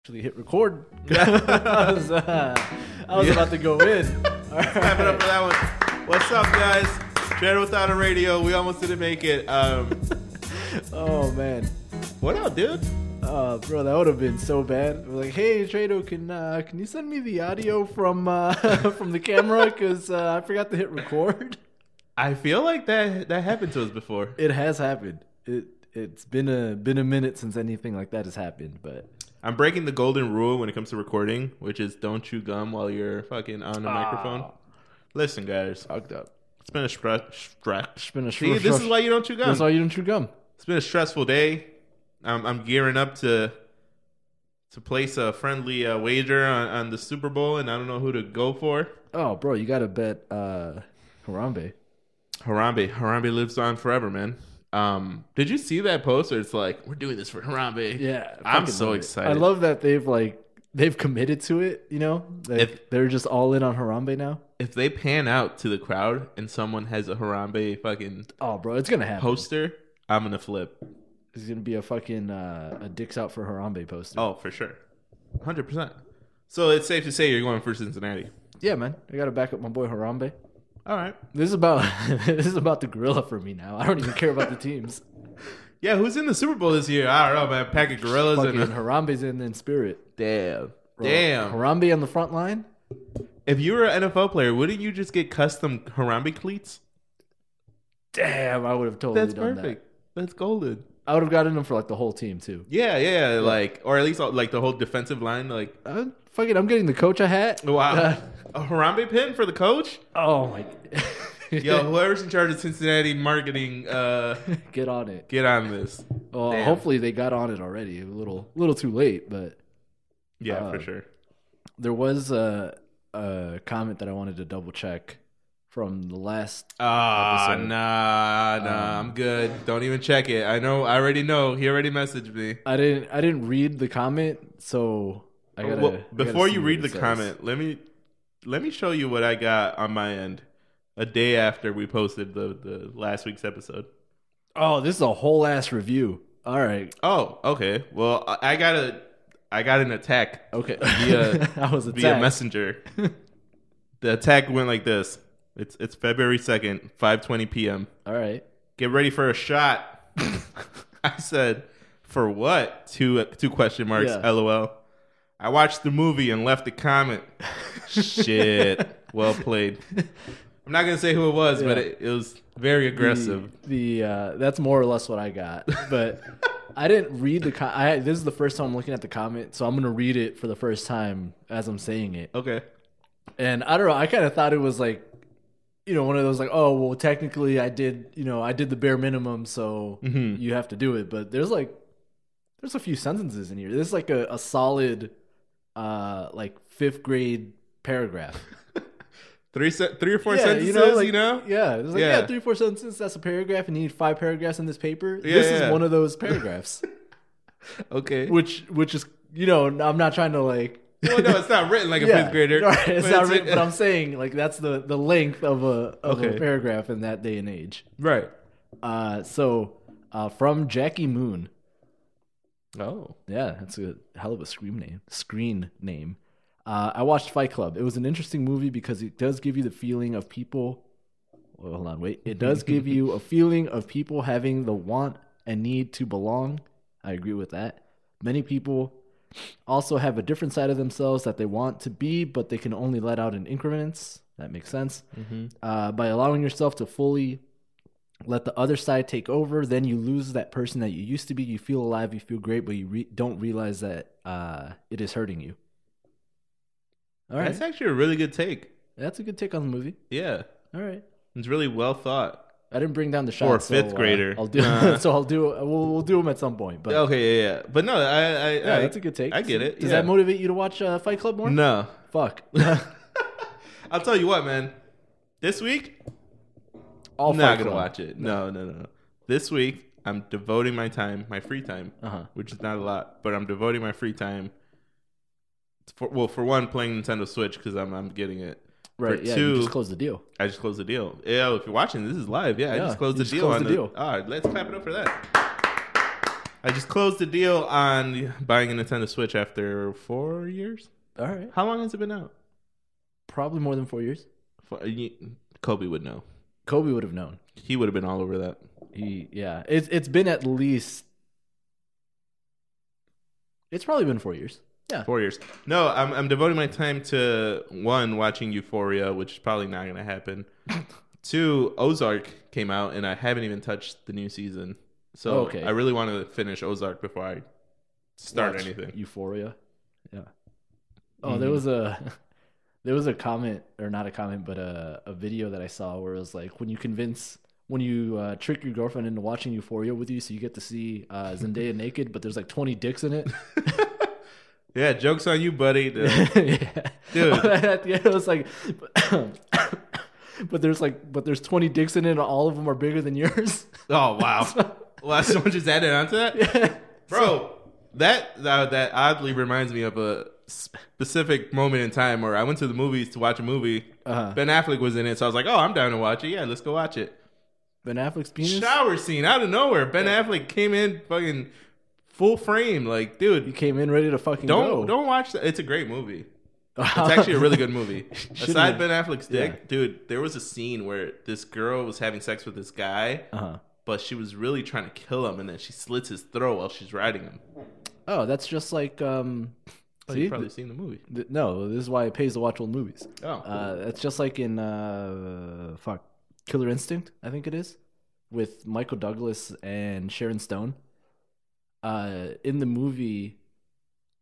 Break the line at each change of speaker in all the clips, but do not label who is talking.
actually hit record. I was, uh, I was about to go in. All
Clap it
right.
up for that one. What's up, guys? Jared without a radio. We almost didn't make it. Um,
Oh man,
what up, dude?
uh, bro, that would have been so bad. We're like, hey, Trado, can uh, can you send me the audio from uh, from the camera? Because uh, I forgot to hit record.
I feel like that that happened to us before.
It has happened. It it's been a been a minute since anything like that has happened, but
I'm breaking the golden rule when it comes to recording, which is don't chew gum while you're fucking on a microphone. Listen, guys,
fucked up.
it's been a stress. stress.
been a
See,
stra-
this
stra-
is why you don't chew gum.
That's why you don't chew gum.
It's been a stressful day. I'm, I'm gearing up to to place a friendly uh, wager on, on the Super Bowl, and I don't know who to go for.
Oh, bro, you gotta bet uh, Harambe.
Harambe. Harambe lives on forever, man. Um, did you see that post? Or it's like we're doing this for Harambe.
Yeah, I
I'm
fucking
so
love it.
excited.
I love that they've like they've committed to it. You know, like,
If-
they're just all in on Harambe now.
if they pan out to the crowd and someone has a Harambe fucking
Oh, bro, it's gonna happen.
poster, I'm gonna flip.
It's gonna be a fucking uh, a dicks out for Harambe poster.
Oh, for sure, hundred percent. So it's safe to say you're going for Cincinnati.
Yeah, man, I gotta back up my boy Harambe.
All right.
This is about this is about the gorilla for me now. I don't even care about the teams.
Yeah, who's in the Super Bowl this year? I don't know, man. Pack of gorillas
Fucking
and a
Harambe's in then spirit.
Damn.
bro.
Damn.
Harambe on the front line.
If you were an NFL player, wouldn't you just get custom Harambe cleats?
Damn, I would have totally
That's
done
perfect. That's golden.
that. I would have gotten him for like the whole team too.
Yeah, yeah, like or at least like the whole defensive line like
i fucking, Uh, I'm getting the coach a hat.
wow.
Uh,
a Harambe pin for the coach?
oh my.
Yo, whoever's in charge of Cincinnati marketing uh
get on it.
get on this.
Well,
Damn.
hopefully they got on it already. A little, little too late, but
Yeah,
Uh,
for sure.
there was a, a comment that I wanted to double check from the last.
Ah,
uh, episode. Um,
nah, nah, I'm good. Don't even check it. I know I already know. He already messaged me.
I didn't, I didn't read the comment, so I gotta. I
Oh, well,
gotta
before
see
you
what
read
it
the
says.
comment, let me let me show you what I got on my end a day after we posted the, the last week's episode.
Oh, this is a whole ass review. All right,
Oh, okay. Well, I- I got a I got an attack
okay.
Via-
I was
via
attacked.
messenger. the attack went like this. It's it's February second, five twenty p.m.
All right.
Get ready for a shot. I said, for what? Two two question marks.
Yeah.
LOL. I watched the movie and left a comment. Shit. Well played. I'm not gonna say who it was, but
Yeah.
it, it was very aggressive.
The, the, uh, that's more or less what I got, but I didn't read the. Com- I this is the first time I'm looking at the comment, so I'm gonna read it for the first time as I'm saying it.
Okay.
And I don't know. I kind of thought it was like, you know, one of those like, oh well, technically I did, you know, I did the bare minimum, so
Mhm.
you have to do it. But there's like, there's a few sentences in here. There's like a, a solid, uh, like fifth grade paragraph.
Three se- three or four sentences, you know?
like,
Yeah.
Yeah, it's like,
Yeah.
yeah. three, four sentences. That's a paragraph, and you need five paragraphs in this paper.
Yeah,
this
yeah.
is one of those paragraphs,
Okay.
which which is you know, I'm not trying to like.
well, no, it's not written like a fifth grader.
Right, it's
but
not written, but I'm saying like that's the the length of a of
Okay.
a paragraph in that day and age.
right.
Uh, so uh, from Jackie Moon.
Oh.
Yeah, that's a hell of a scream name. Screen name. Uh, I watched Fight Club. It was an interesting movie because it does give you the feeling of people. Well, hold on, wait. It does give you a feeling of people having the want and need to belong. I agree with that. Many people also have a different side of themselves that they want to be, but they can only let out in increments. That makes sense. Uh, by allowing yourself to fully let the other side take over then you lose that person that you used to be you feel alive you feel great but you re- don't realize that uh, it is hurting you all right
That's actually a really good take.
that's a good take on the movie
Yeah.
all right
It's really well thought.
i didn't bring down the shot
For a
so,
fifth
uh,
grader.
i'll do
Nah.
so i'll do we'll, we'll do them at some point but
Okay, yeah, yeah. But no, I, I,
yeah,
I
that's a good take
I get it.
does
yeah.
that motivate you to watch uh, fight club more
No,
fuck
I'll tell you what, man. This week,
all
I'm
Fight
not gonna
Club.
watch it. No, no, no, no. This week, I'm devoting my time, my free time,
uh-huh
which is not a lot, but I'm devoting my free time. For, well, for one, playing Nintendo Switch because I'm I'm getting it.
right
For
yeah
two,
you just close the deal
I just closed the deal. Yo, if you're watching, this is live. Yeah, I
Yeah,
just closed
you
the
just
deal.
closed
on
the
the,
deal.
All right, let's clap it up for that. I just closed the deal on buying a Nintendo Switch after four years.
All right.
How long has it been out?
Probably more than four years.
Four, you- Kobe would know.
Kobe would have known.
He would have been all over that.
He yeah. It's it's been at least. It's probably been four years. Yeah.
Four years. No, I'm, I'm devoting my time to one, watching Euphoria, which is probably not going to happen. Two, Ozark came out, and I haven't even touched the new season. So
Okay.
I really want to finish Ozark before I start
Watch
anything.
Euphoria. Yeah. Oh, there was a there was a comment or not a comment, but a a video that I saw where it was like when you convince when you uh, trick your girlfriend into watching Euphoria with you, so you get to see uh, Zendaya naked, but there's like 20 dicks in it.
Yeah, joke's on you, buddy. The-
yeah.
Dude.
At the end, it was like. But there's like, but there's 20 dicks in it, and all of them are bigger than yours.
oh, wow. well, someone just added on to that?
Uh-huh.
Bro, that, that that oddly reminds me of a specific moment in time where I went to the movies to watch a movie.
Uh-huh.
Ben Affleck was in it, so I was like, "Oh, I'm down to watch it. Yeah, let's go watch it."
Ben Affleck's penis.
Shower scene out of nowhere. Ben Affleck came in fucking full frame, like,
You
dude,
came in ready to fucking
don't
go.
don't watch that. It's a great movie. It's actually a really good movie.
have.
Aside Ben Affleck's dick,
Yeah.
dude, there was a scene where this girl was having sex with this guy,
Uh-huh.
but she was really trying to kill him, and then she slits his throat while she's riding him.
Oh, that's just like um.
Oh,
see,
you've probably seen the movie.
Th- no, this is why it pays to watch old movies.
Oh,
Uh, that's just like in uh, fuck, Killer Instinct, I think it is, with Michael Douglas and Sharon Stone. Uh, in the movie,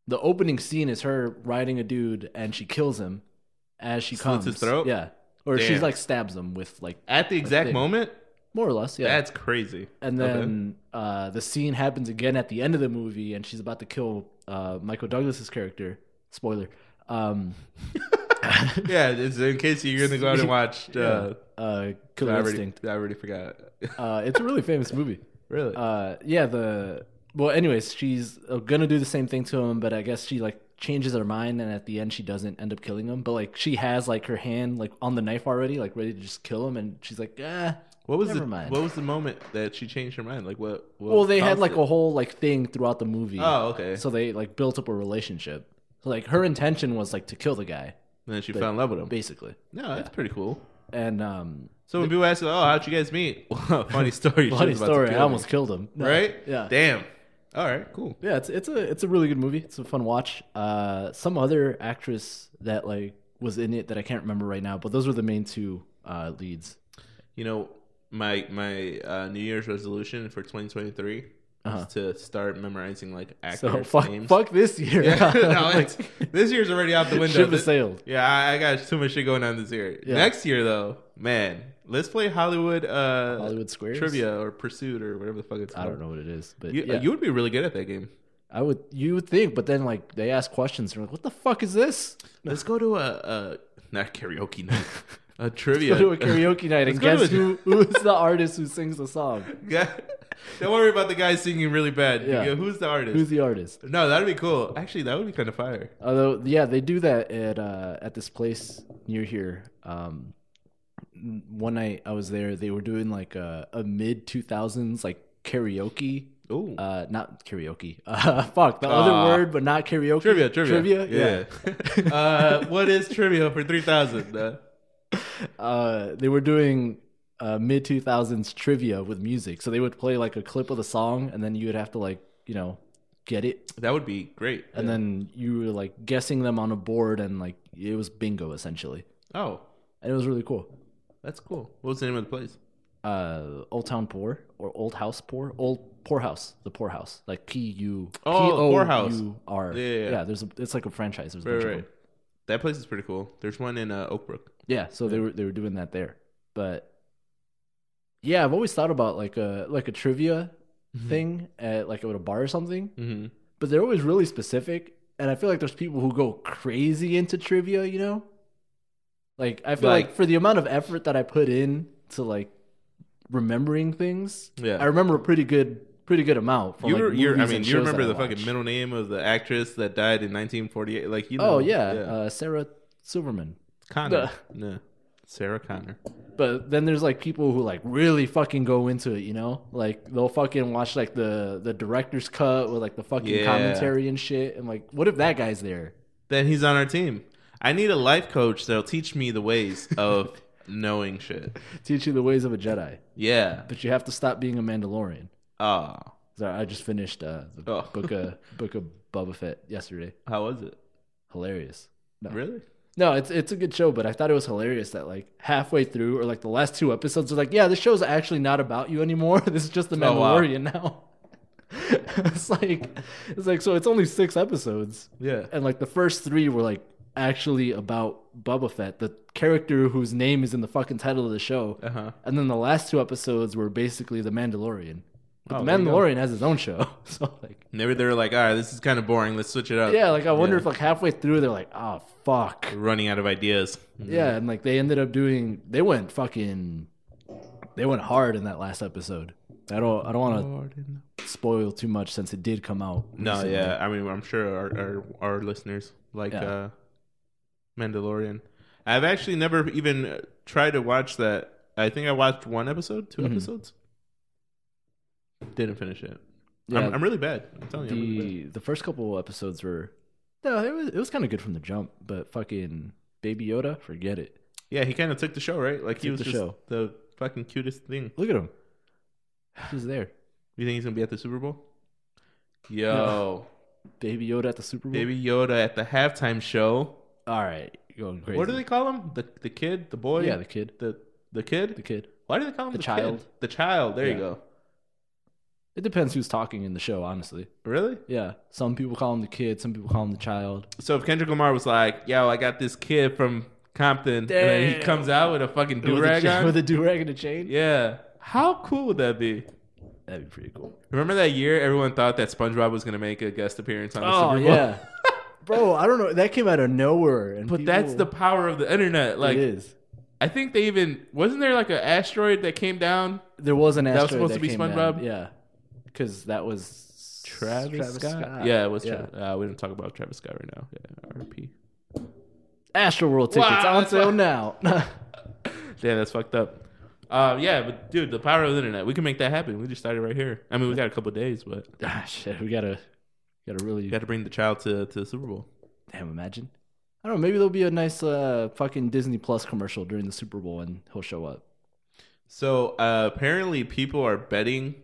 the opening scene is her riding a dude, and she kills him as she
Slits
comes.
his throat?
Yeah, or she's
Damn.
like stabs him with like
At the exact
thing.
moment?
more or less. Yeah,
That's crazy.
and
Okay.
then uh, the scene happens again at the end of the movie, and she's about to kill uh, Michael Douglas's character. Spoiler. Um,
Yeah, it's in case you're gonna go out and watch uh
uh,
I
Killer
already,
Instinct.
I already forgot.
Uh, it's a really famous movie.
really?
Uh, yeah, the well, anyways, she's uh, gonna do the same thing to him, but I guess she like changes her mind, and at the end, she doesn't end up killing him. But like, she has like her hand like on the knife already, like ready to just kill him, and she's like, ah.
what was
never
the
mind.
what was the moment that she changed her mind? Like what, what
Well, they had
caused
like
it?
a whole like thing throughout the movie.
Oh, okay.
So they like built up a relationship. So like her intention was like to kill the guy,
and then she fell in love with him.
basically.
no, that's pretty cool.
And um
So when people ask, "Oh, how'd you guys meet?" Well, funny story. She
funny
was about to
story,
kill
I
me.
almost killed him. No,
right.
Yeah.
Damn. All right. Cool.
Yeah, it's it's a it's a really good movie. It's a fun watch. Uh some other actress that like was in it that I can't remember right now, but those were the main two uh leads.
You know, my my uh, New Year's resolution for 2023
Uh-huh.
is to start memorizing like actors'
So fuck
names.
fuck this year.
Yeah, no,
Like,
it's, this year's already out the window.
ship has
This-
sailed.
Yeah, I, I got too much shit going on this year.
Yeah.
Next year, though, man, let's play Hollywood, uh,
Hollywood Squares.
trivia or Pursuit or whatever the fuck it's
I
called.
don't know what it is, but
You, uh,
yeah,
you would be really good at that game.
I would you would think, but then like they ask questions, they're like, "What the fuck is this?"
Let's go to a, a not karaoke night,
go
a trivia.
to a karaoke night and
Let's go
guess
to a-
who who's the artist who sings the song?
Yeah. don't worry about the guy singing really bad. You
Yeah.
go, Who's the artist?
Who's the artist?
no, that'd be cool. Actually, that would be kind of fire.
Although, yeah, they do that at uh, at this place near here. Um, n- one night I was there, they were doing like a, a mid two thousands like karaoke.
Ooh,
Uh, not karaoke. Uh, fuck the
Aw.
other word, but not karaoke.
Ah. trivia, trivia,
trivia. Yeah.
Yeah. uh, what is trivia for three thousand? Uh,
Uh, they were doing uh, mid two thousands trivia with music, so they would play like a clip of the song, and then you would have to like you know get it
that would be great.
and then you were like guessing them on a board and like it was bingo essentially
oh,
and it was really cool
that's cool. What was the name of the place?
uh old town poor or old house poor old poorhouse the poorhouse like p-u
Oh, Poorhouse.
P-O-U-R.
Yeah, yeah, yeah.
there's a it's like a franchise there's a
Right,
bunch
right.
of them
That place is pretty cool. There's one in uh, Oakbrook.
yeah so they were they were doing that there but yeah i've always thought about like a like a trivia thing at like at a bar or something
Mm-hmm.
but they're always really specific and i feel like there's people who go crazy into trivia you know like i feel like,
Like-
for the amount of effort that i put in to like remembering things
Yeah.
i remember a pretty good pretty good amount from
You,
like,
re- you're, I
movies
mean,
and
you
shows
remember
that I
the fucking
watch.
middle name of the actress that died in 1948? Like, you know,
oh yeah, Uh, sarah uh, silverman
Connor. Yeah. Sarah Connor.
But then there's like people who like really fucking go into it, you know? Like they'll fucking watch like the the director's cut with like the fucking
Yeah.
commentary and shit. And like, what if that guy's there?
Then he's on our team. I need a life coach that'll teach me the ways of knowing shit.
Teach you the ways of a Jedi,
Yeah.
but you have to stop being a Mandalorian.
Oh,
Sorry, I just finished uh, the
Oh.
book of book of Boba Fett yesterday.
how was it?
Hilarious. No.
Really?
No, it's it's a good show, but I thought it was hilarious that like halfway through or like the last two episodes are like, yeah, this show's actually not about you anymore. This is just the
Oh, wow.
Mandalorian now. it's like it's like so it's only six episodes.
Yeah.
And like the first three were like actually about Boba Fett, the character whose name is in the fucking title of the show.
Uh huh.
And then the last two episodes were basically the Mandalorian. But
Oh,
the
there you go.
Mandalorian has his own show. So like
Maybe they were like, all right, this is kind of boring. Let's switch it up.
Yeah, like I wonder
Yeah. Mm-hmm.
if like halfway through they're like, oh fuck.
We're running out of ideas.
Yeah, and like they ended up doing they went fucking they went hard in that last episode. I don't I don't want to spoil too much since it did come out.
Mm-hmm. Mm. No,
recently.
yeah. I mean, I'm sure our our, our listeners like
Yeah.
uh, Mandalorian. I've actually never even uh, tried to watch that. I think I watched one episode, 2
Mhm.
episodes. Didn't finish it.
Yeah,
I'm, I'm really bad. I'm telling you, I'm really bad.
the the first couple episodes were no, it was it was kind of good from the jump, but fucking Baby Yoda, forget it.
Yeah, he kind of took the show, right? Like he
Took
was
the
just
show.
the fucking cutest thing.
Look at him, he's there.
You think he's gonna be at the Super Bowl? Yo,
Baby Yoda at the Super Bowl.
Baby Yoda at the halftime show.
All right, you're going crazy.
What do they call him? The the kid, the boy.
Oh, Yeah, the kid,
the the kid.
the kid.
Why do they call him
The
the, kid?
child.
The child. There
Yeah.
you go.
It depends who's talking in the show, honestly.
Really?
Yeah, some people call him the kid, some people call him the child.
So if Kendrick Lamar was like, "Yo, I got this kid from Compton," and then he
Damn.
comes out with a fucking do
with
rag
a, cha-
on,
with a do rag and a chain.
yeah, how cool would that be?
That'd be pretty cool.
Remember that year everyone thought that SpongeBob was gonna make a guest appearance on the
Oh,
Super Bowl?
bro. I don't know. That came out of nowhere. And
But that's the power of the internet.
it
Like,
is.
I think they even wasn't there like an asteroid that came down.
There was an
was
asteroid
supposed to be
came
SpongeBob?
down. Yeah, because that was
Yeah, it was.
Yeah.
Travis. Uh, we didn't talk about Travis Scott right now. Yeah, R.P.
Astro World tickets
Wow,
on
that's
sale
what-
now.
Yeah, that's fucked up. Uh, yeah, but dude, the power of the internet. We can make that happen. We just started right here. I mean, we got a couple days, but
ah, shit, we gotta gotta really
you got to bring the child to to the Super Bowl.
damn imagine. I don't know. Maybe there'll be a nice uh, fucking Disney Plus commercial during the Super Bowl, and he'll show up.
So uh, apparently, people are betting.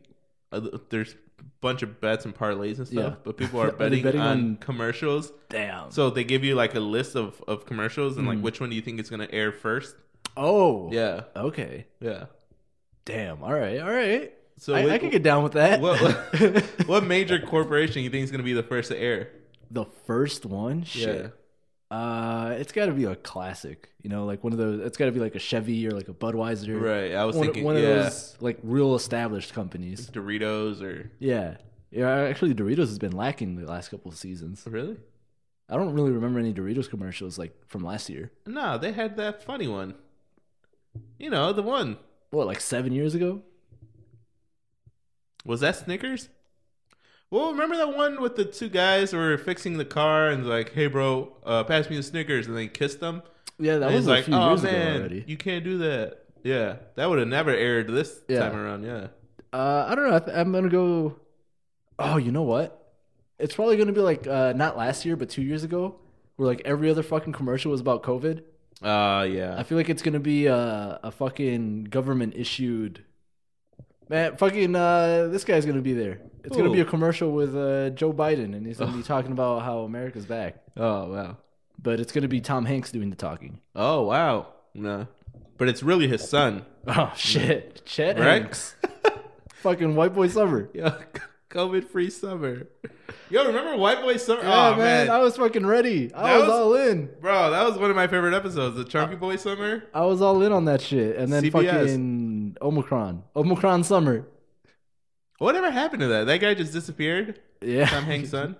Uh, there's a bunch of bets and parlays and stuff,
Yeah.
but people are
Are they
betting,
betting
on,
on-
commercials.
Damn.
So they give you like a list of of commercials
Mm.
and like which one do you think is gonna air first?
oh.
Yeah,
Okay.
yeah.
Damn. All right. All right.
So
I,
what-
I could get down with that.
what, what major corporation you think is gonna be the first to air?
the first one?
Yeah.
Shit. Uh, it's got to be a classic. You know, like one of those. It's got to be like a Chevy or like a Budweiser.
Right. I was
One,
thinking
one of
yeah,
those like real established companies.
Doritos or
Yeah. Yeah. Actually, Doritos has been lacking the last couple of seasons.
really?
I don't really remember any Doritos commercials like from last year.
No, they had that funny one. You know, the one.
What, like seven years ago?
Was that Snickers? Well, remember that one with the two guys who were fixing the car and like, hey, bro, uh, pass me the Snickers, and they kissed them.
Yeah, that
And
was
he's
a
like,
few
oh
years
man,
ago already.
you can't do that. Yeah, that would have never aired this
Yeah.
time around. Yeah,
Uh, I don't know. I th- I'm gonna go. Oh, you know what? It's probably gonna be like uh, not last year, but two years ago, where like every other fucking commercial was about COVID.
uh,
I
yeah,
feel like it's gonna be uh, a fucking government issued. Man, fucking uh, this guy's gonna be there. It's gonna be a
Who?
commercial with uh, Joe Biden, and he's gonna be talking about how America's back.
oh wow,
But it's gonna be Tom Hanks doing the talking.
oh wow, no, but it's really his son,
Oh shit, Chet
right?
Hanks, fucking white boy summer.
Yo, COVID free summer. Yo, remember White Boy Summer?
Yeah,
oh
man,
man,
I was fucking ready. I
That
was
was-
all in.
bro, that was one of my favorite episodes, the
Uh,
Chunky Boy Summer.
I was all in on that shit, and then
CBS.
fucking Omicron, Omicron summer.
Whatever happened to that? That guy just disappeared.
Yeah,
Tom Hanks' son.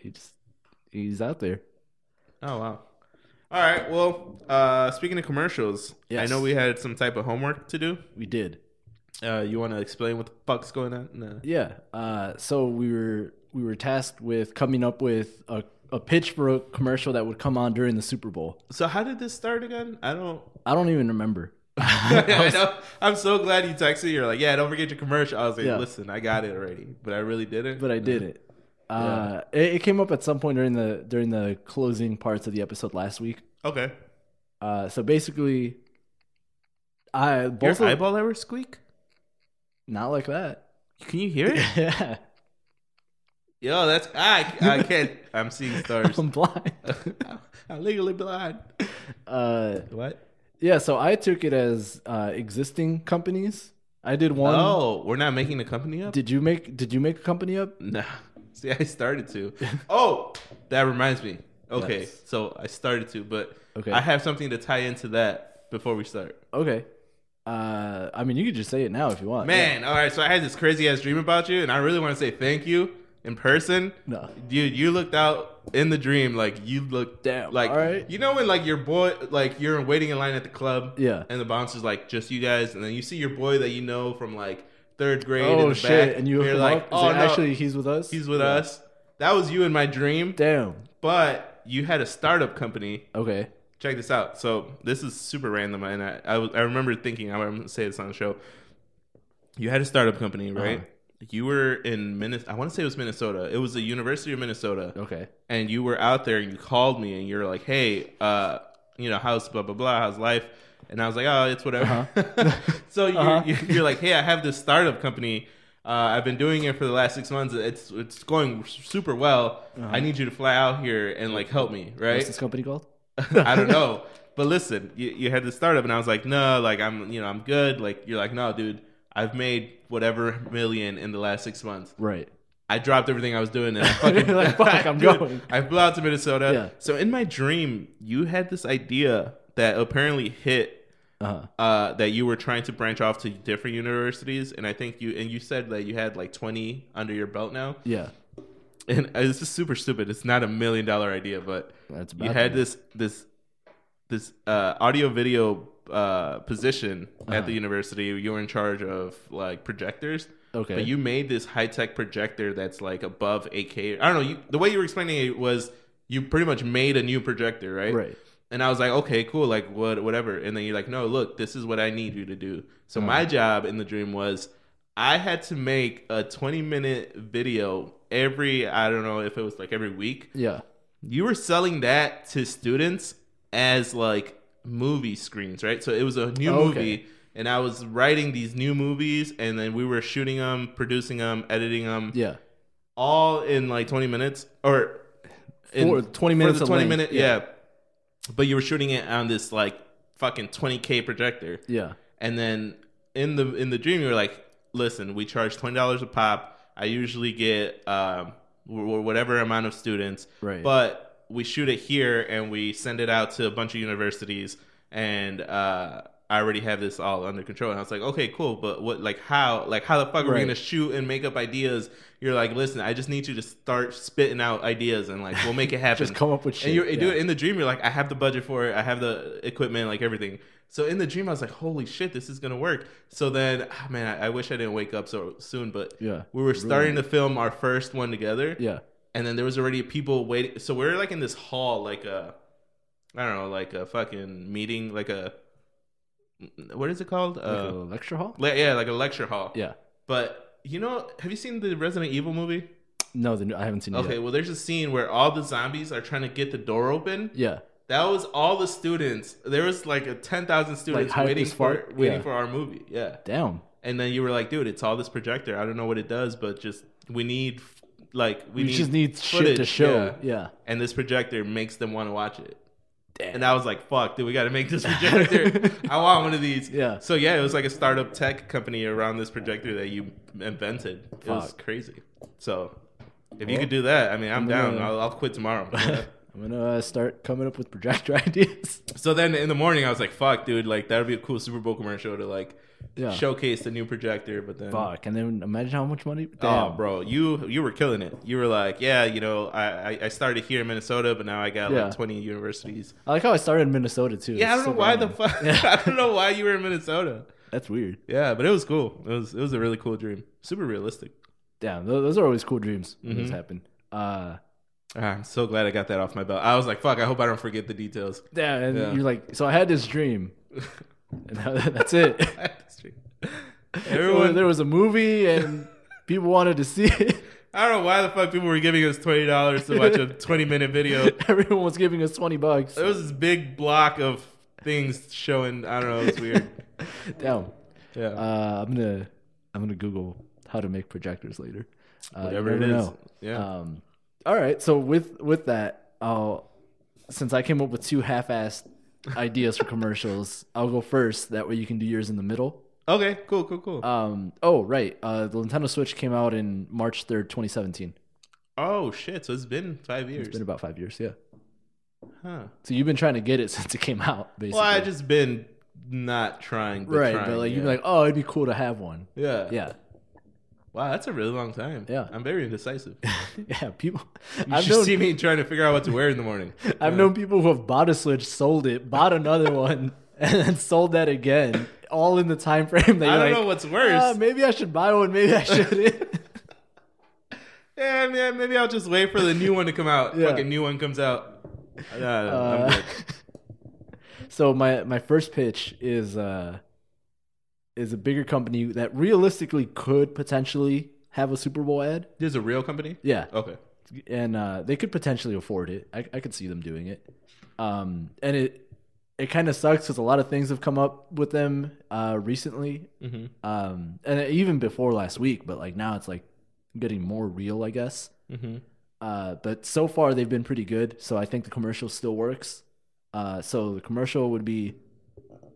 He just he's out there.
Oh wow. All right. Well, uh, speaking of commercials,
Yes.
I know we had some type of homework to do.
We did.
Uh, you want to explain what the fuck's going on? No.
Yeah. Uh, so we were we were tasked with coming up with a, a pitch for a commercial that would come on during the Super Bowl.
So how did this start again? I don't.
I don't even remember.
I know. I'm so glad you texted. You're like, yeah, don't forget your commercial. I was like,
Yeah.
listen, I got it already, but I really didn't.
but I did it. Uh, it. It came up at some point during the during the closing parts of the episode last week.
Okay.
Uh, so basically, I both
Your
of-
eyeball ever squeak?
not like that.
Can you hear it?
yeah,
Yo, that's I. I can't. I'm seeing stars.
I'm blind.
I'm legally blind.
Uh,
What?
yeah, so I took it as uh, existing companies. I did one.
Oh, we're not making the company up.
Did you make Did you make a company up?
Nah. See, I started to. Oh, that reminds me. Okay,
Yes.
so I started to, but
Okay.
I have something to tie into that before we start.
Okay. Uh, I mean, you could just say it now if you want.
Man, all right. So I had this crazy ass dream about you, and I really want to say thank you in person.
No.
dude, you looked out in the dream like you looked
Damn,
Like
all right.
you know when like your boy, like you're waiting in line at the club,
Yeah.
and the bouncer's like just you guys, and then you see your boy that you know from like third grade. in
Oh
the
shit!
back,
and you
are
hook him
like,
up? Is
oh
it
no,
actually he's with us.
he's with
Yeah.
us. That was you in my dream,
Damn.
but you had a startup company.
Okay.
Check this out. So this is super random, and I I, was, I remember thinking I'm gonna say this on the show. You had a startup company, right?
Uh-huh.
You were in Minnesota. I want to say it was Minnesota. It was the University of Minnesota,
Okay.
and you were out there, and you called me, and you're like, "Hey, uh, you know, how's blah blah blah? How's life?" And I was like, "Oh, it's whatever." so you,
Uh-huh.
you, you're like, "Hey, I have this startup company. Uh, I've been doing it for the last six months. It's it's going super well.
Uh-huh.
I need you to fly out here and like help me, right?"
What's this company called?
I don't know. But listen, you, you had the startup, and I was like, no, like I'm, you know, I'm good. Like you're like, no, dude, I've made whatever million in the last six months.
Right.
I dropped everything I was doing, and I fucking
Like, fuck, I'm
Dude,
going.
I flew out to Minnesota.
Yeah.
So in my dream, you had this idea that apparently hit
Uh-huh.
uh, that you were trying to branch off to different universities, and I think you and you said that you had like 20 under your belt now.
Yeah.
And it's just super stupid. It's not a million dollar idea, but
That's
you
about
had
it.
this this this uh, audio video uh, position at
Uh-huh.
the university. You were in charge of like projectors.
Okay.
But you made this high tech projector that's like above 8K. I don't know. You, the way you were explaining it was you pretty much made a new projector, right?
Right.
And I was like, okay, cool, like what, whatever. And then you're like, no, look, this is what I need you to do. So
Uh-huh.
my job in the dream was, I had to make a 20 minute video every, I don't know if it was like every week,
Yeah.
you were selling that to students as like movie screens, right? So it was a new
Oh, Okay.
movie, and I was writing these new movies, and then we were shooting them, producing them, editing them,
Yeah.
all in like twenty minutes or
For 20 minutes
the
of
twenty
length,
minute,
yeah.
yeah. But you were shooting it on this like fucking twenty k projector,
Yeah.
and then in the in the dream you were like listen we charge $20 a pop i usually get um wh- wh- whatever amount of students
Right.
but we shoot it here and we send it out to a bunch of universities and uh I already have this all under control, and I was like, "Okay, cool, but what? Like, how? Like, how the fuck are we
Right.
gonna shoot and make up ideas?" You're like, "Listen, I just need you to start spitting out ideas, and like, we'll make it happen."
Just come up with shit.
And you do
yeah.
it in the dream. You're like, I have the budget for it. I have the equipment, like everything. So in the dream, I was like, holy shit, this is gonna work. So then, ah, man, I, I wish I didn't wake up so soon, but
Yeah.
we were starting to film our first one together,
Yeah.
and then there was already people waiting. So we are like in this hall, like a, I don't know, like a fucking meeting, like a, what is it called?
Like a
uh,
lecture hall?
le- yeah, like a lecture hall.
Yeah.
But you know, have you seen the Resident Evil movie?
No, the, new- I haven't seen it
Okay, well, there's a scene where all the zombies are trying to get the door open.
yet.
That was all the students. There was like a ten thousand students
hyped
waiting
as
for
fuck?
waiting
Yeah.
for our movie. Yeah,
Yeah. Damn.
and then you were like, dude, it's all this projector. I don't know what it does, but just we need like we,
We
need
just need shit to
footage,
show.
yeah.
Yeah.
And this projector makes them want to watch it.
Damn.
And I was like, fuck, dude, we got to make this projector. I want one of these.
Yeah.
So yeah, it was like a startup tech company around this projector that you invented. It was
Fuck.
crazy. So if you could do that, I mean, I'm, down.
gonna-
I'll, I'll quit tomorrow.
I'm gonna uh, start coming up with projector ideas.
So then in the morning, I was like, "Fuck, dude! Like that would be a cool Super Bowl commercial to like
Yeah.
showcase the new projector." But then,
Fuck. And then imagine how much money.
oh,
Damn.
bro, you you were killing it. You were like, "Yeah, you know, I I- I started here in Minnesota, but now I got
Yeah.
like twenty universities."
I like how I started in Minnesota too.
Yeah, I
It's
don't know
so
why the
random.
fuck. I don't know why you were in Minnesota.
That's weird.
Yeah, but it was cool. It was it was a really cool dream. Super realistic. Mm-hmm.
Damn. tho- Those are always cool dreams when those happen. Uh,
Ah, I'm so glad I got that off my belt. I was like, fuck, I hope I don't forget the details.
Yeah, and
Yeah.
you're like, so I had this dream, and that- that's it.
Everyone,
there was a movie, and people wanted to see it.
I don't know why the fuck people were giving us twenty dollars to watch a twenty minute video.
Everyone was giving us twenty bucks.
There was this big block of things showing. I don't know. It's weird.
Damn.
Yeah.
Uh, I'm gonna I'm gonna Google how to make projectors later. Uh, you
Whatever it
never
is.
know.
Yeah.
Um, all right. So with with that, I'll since I came up with two half-assed ideas for commercials, I'll go first. That way you can do yours in the middle.
okay. Cool. Cool. Cool.
Um, oh right, uh, the Nintendo Switch came out in March third, 2017.
oh shit. So it's been five years.
It's been about five years. Yeah.
huh.
So you've been trying to get it since it came out, basically.
Well, I just been not trying. But
right,
trying,
but like
yeah.
you'd be like, oh, it'd be cool to have one.
yeah.
Yeah,
Wow, that's a really long time.
Yeah.
I'm very indecisive. You
yeah. People,
should see me trying to figure out what to wear in the morning.
I've known people who have bought a Switch, sold it, bought another one, and then sold that again, all in the time frame that you're
I don't
like,
know what's worse.
"Ah, maybe I should buy one, maybe I shouldn't.
yeah, man, maybe I'll just wait for the new one to come out.
Yeah.
Fucking new one comes out. Uh, I'm
Uh,
good.
so my my first pitch is uh is a bigger company that realistically could potentially have a Super Bowl ad.
This is a real company.
Yeah,
Okay.
and uh, they could potentially afford it. I, I could see them doing it. Um, and it it kind of sucks because a lot of things have come up with them uh, recently,
Mm-hmm.
um, and even before last week. But like now, it's like getting more real, I guess.
Mm-hmm.
Uh, but so far, they've been pretty good. So I think the commercial still works. Uh, so the commercial would be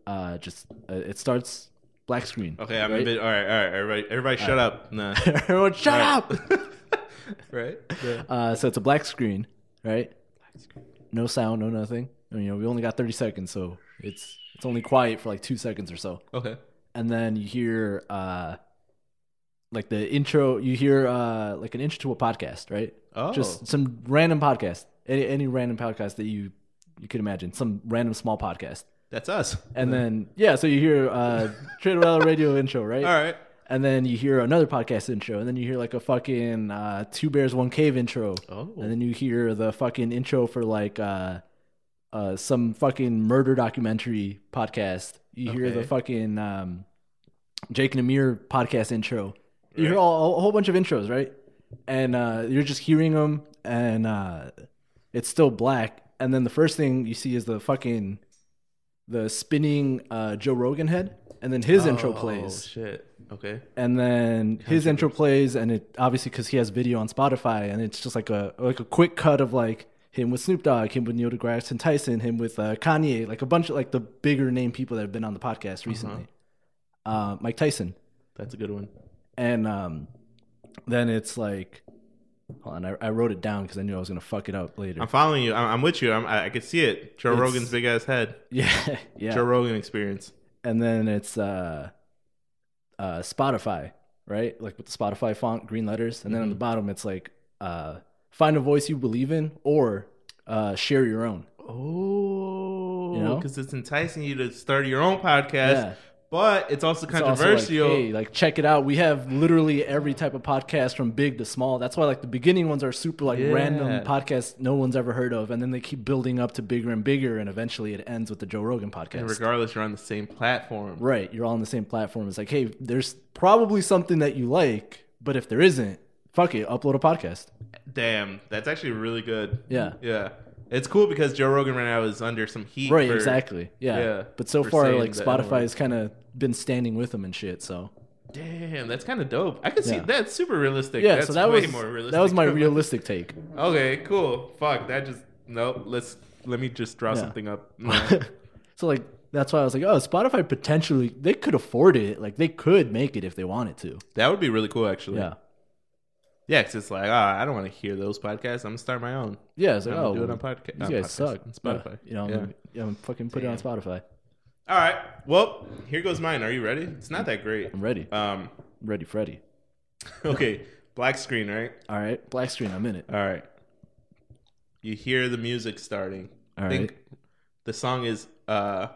uh, just uh, it starts black screen.
Okay, I'm
right?
a bit. All right, all right. Everybody, everybody, shut up. Nah.
Everyone, shut up.
right.
Uh, so it's a black screen, right? No sound, no nothing. And, you know, we only got 30 seconds, so it's it's only quiet for like two seconds or so.
Okay.
And then you hear uh, like the intro. You hear uh, like an intro to a podcast, right?
Oh.
Just some random podcast, any, any random podcast that you you could imagine, some random small podcast.
That's us.
And then yeah, so you hear uh, Trade Well Radio intro, right?
All right.
And then you hear another podcast intro, and then you hear like a fucking uh, Two Bears One Cave intro.
Oh.
And then you hear the fucking intro for like uh, uh, some fucking murder documentary podcast. You hear the
Okay.
fucking um, Jake and Amir podcast intro. You hear
Right.
all, a whole bunch of intros, right? And uh, you're just hearing them, and uh, it's still black. And then the first thing you see is the fucking the spinning uh, Joe Rogan head, and then his intro plays
Oh shit. Okay.
and then his intro plays and it obviously because he has video on spotify and it's just like a like a quick cut of like him with snoop dogg him with neil degrasse and tyson him with uh, kanye like a bunch of like the bigger name people that have been on the podcast
Uh-huh.
recently uh mike tyson
That's a good one.
and um then it's like hold on i, I wrote it down because i knew i was gonna fuck it up later
I'm following you. I'm, I'm with you. I'm, I, I could see it. Joe
It's-
Rogan's big ass head.
yeah yeah
Joe Rogan experience.
and then it's uh uh spotify right like with the spotify font green letters and then
Mm-hmm.
on the bottom it's like uh find a voice you believe in or uh share your own
Oh.
You know?
Because it's enticing you to start your own podcast,
Yeah.
but it's also
It's also like,
controversial.
hey, like check it out we have literally every type of podcast from big to small that's why like the beginning ones are super like
Yeah.
random podcasts no one's ever heard of and then they keep building up to bigger and bigger and eventually it ends with the joe rogan
And
podcast
regardless, you're on the same platform.
Right. You're all on the same platform. It's like, hey, there's probably something that you like, but if there isn't, fuck it, upload a podcast.
Damn, that's actually really good.
Yeah.
Yeah. It's cool because Joe Rogan right now is under some heat.
Right,
for-
exactly. Yeah.
yeah,
But so
for
far,
saying
like
the N-word.
Spotify has kind of been standing with them and shit. So
Damn, that's kind of dope. I could see
Yeah.
that's super realistic.
yeah,
that's
so that
way
was
more realistic.
that was my
than-
realistic take.
Okay, cool. Fuck, that just nope. Let's let me just draw
Yeah.
something up. Nah.
so like that's why I was like, oh, Spotify potentially they could afford it. Like they could make it if they wanted to.
that would be really cool, actually.
Yeah.
yeah. 'cause it's like, ah, I don't want to hear those podcasts. I'm gonna start my own.
Yeah. It's like,
I'm gonna
oh,
do it
well,
on uh, podcast.
these guys suck. Yeah,
On Spotify.
You know, I'm
Yeah.
gonna- yeah, I'm fucking put it on Spotify.
All right. Well, here goes mine. Are you ready? It's not that great.
I'm ready.
Um.
I'm ready, Freddy.
Okay. Black screen, right?
All right, black screen. I'm in it.
All right. You hear the music starting.
All
I think
right.
the song is uh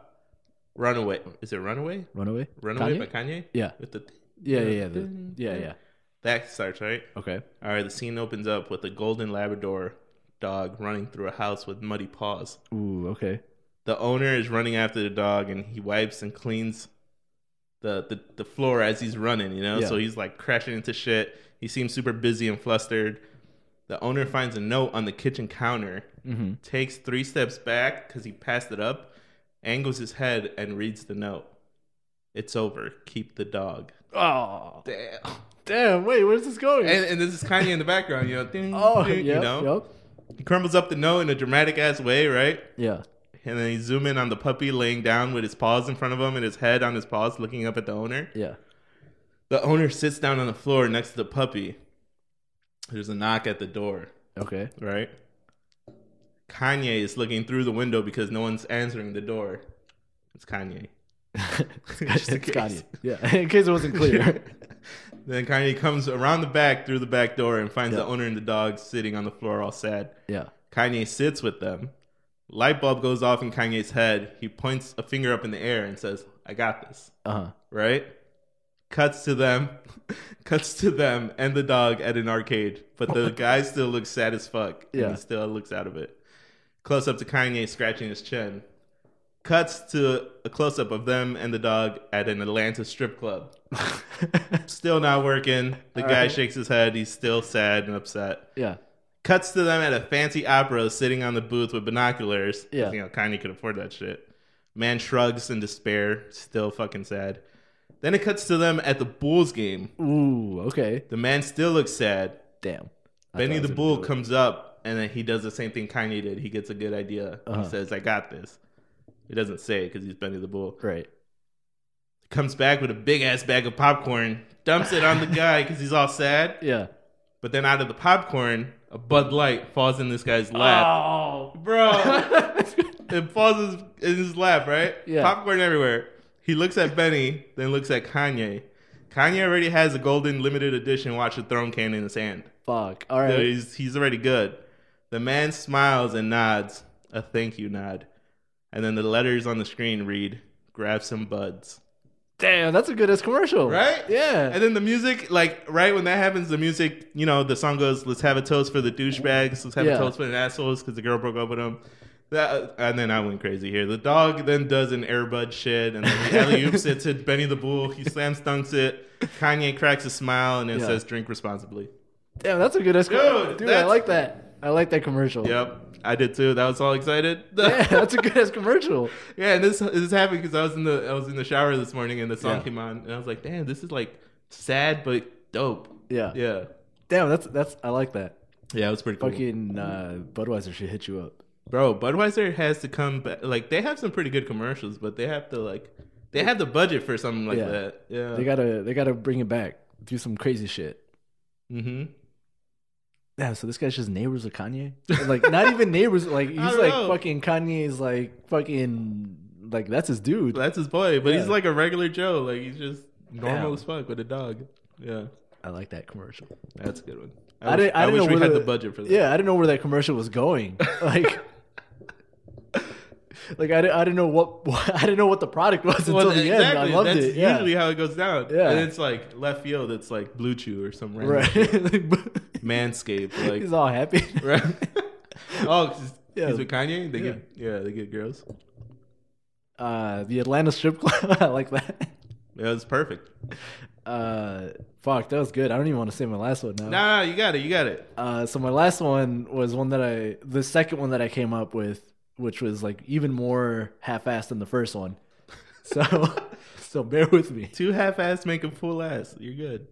Runaway. Is it Runaway?
Runaway.
Runaway
Kanye?
by Kanye?
Yeah.
With the
Yeah, yeah, yeah. the- yeah, yeah.
That starts, right?
Okay.
All right, the scene opens up with a golden labrador dog running through a house with muddy paws.
Ooh, okay.
The owner is running after the dog and he wipes and cleans the, the, the floor as he's running, you know?
Yeah.
So he's like crashing into shit. He seems super busy and flustered. The owner finds a note on the kitchen counter,
Mm-hmm.
takes three steps back because he passed it up, angles his head, and reads the note. It's over. Keep the dog.
Oh,
Damn.
damn. Wait, where's this going?
And, and this is Kanye in the background, you know? Ding,
oh,
ding,
yep,
you know?
yep.
He crumbles up the note in a dramatic ass way, right?
Yeah.
And then he zoom in on the puppy laying down with his paws in front of him and his head on his paws looking up at the owner.
Yeah.
The owner sits down on the floor next to the puppy. There's a knock at the door,
Okay.
right? Kanye is looking through the window because no one's answering the door. It's Kanye. Just in
It's got
case.
you. Yeah. In case it wasn't clear.
then Kanye comes around the back through the back door and finds
Yeah.
the owner and the dog sitting on the floor all sad.
yeah.
Kanye sits with them. Light bulb goes off in Kanye's head. He points a finger up in the air and says, I got this.
Uh huh.
Right? Cuts to them. Cuts to them and the dog at an arcade. But the guy still looks sad as fuck. and
Yeah.
he still looks out of it. Close up to Kanye scratching his chin. Cuts to a close up of them and the dog at an Atlanta strip club. Still not working. The
All
guy
right.
shakes his head. He's still sad and upset
yeah.
cuts to them at a fancy opera sitting on the booth with binoculars. 'cause,
Yeah.
You know, Kanye could afford that shit. Man shrugs in despair, still fucking sad. Then it cuts to them at the Bulls game.
Ooh. Okay.
The man still looks sad.
Damn. I thought I
Benny
was
the
gonna
Bull
do it.
comes up and then he does the same thing Kanye did. He gets a good idea.
Uh-huh.
He says, I got this. He doesn't say it because he's Benny the Bull.
Right.
Comes back with a big ass bag of popcorn, dumps it on the guy because he's all sad.
Yeah.
But then out of the popcorn, a Bud Light falls in this guy's lap.
Oh,
Bro. it falls in his- in his lap, right?
Yeah.
Popcorn everywhere. He looks at Benny, then looks at Kanye. Kanye already has a golden limited edition Watch the Throne can in his hand.
Fuck. All
So
right.
he's, he's already good. The man smiles and nods, a thank you nod. And then the letters on the screen read, grab some buds.
Damn. That's a good ass commercial.
Right?
Yeah.
And then the music, like, right when that happens, the music, you know, the song goes, let's have a toast for the douchebags, let's have
Yeah.
a toast for the assholes because the girl broke up with him. That, and then I went crazy here. The dog then does an airbud shit, and then he alley oops it to Benny the Bull. He slams dunks it. Kanye cracks a smile and then
Yeah.
says, drink responsibly.
Damn. That's a good ass commercial. Dude, I
that's-
like that. I like that commercial.
Yep, I did too. That was all excited.
Yeah, that's a good ass commercial.
Yeah, and this this happened because I was in the I was in the shower this morning and the song
Yeah.
came on and I was like, damn, this is like sad but dope.
Yeah.
Yeah,
Damn, that's that's I like that.
yeah, it was pretty cool.
Fucking uh, Budweiser should hit you up.
Bro, Budweiser has to come back. Like they have some pretty good commercials, but they have to like they have the budget for something like
Yeah.
that. Yeah.
They gotta they gotta bring it back. Do some crazy shit.
mm-hmm.
Yeah, so this guy's just neighbors with Kanye. Like not even neighbors. Like he's
don't
like
know.
fucking Kanye's like fucking like that's his dude.
That's his boy, but he's
Yeah.
like a regular Joe. Like he's just normal
Damn.
as fuck with a dog. Yeah,
I like that commercial.
that's a good one.
I
wish-
didn't- I didn't
wish
know
we
whether-
had the budget for that.
Yeah, I didn't know where that commercial was going. Like. Like I, di- I didn't know what, I didn't know what the product was until
Well,
the
exactly.
end. I loved
that's
it. Yeah.
usually how it goes down.
Yeah.
and it's like left field. It's like Blue Chew or some random
right.
Manscaped.
he's
Like
all happy.
right. oh, 'cause
Yeah.
he's with Kanye. They
Yeah.
get yeah, they get girls.
Uh, the Atlanta strip club. I like that.
Yeah, it's perfect.
Oh. Uh, fuck, that was good. I don't even want to say my last one now.
Nah, you got it. You got it.
Uh, so my last one was one that I, the second one that I came up with, which was like even more half-assed than the first one. So, so bear with me.
Two half ass make a full ass. You're good.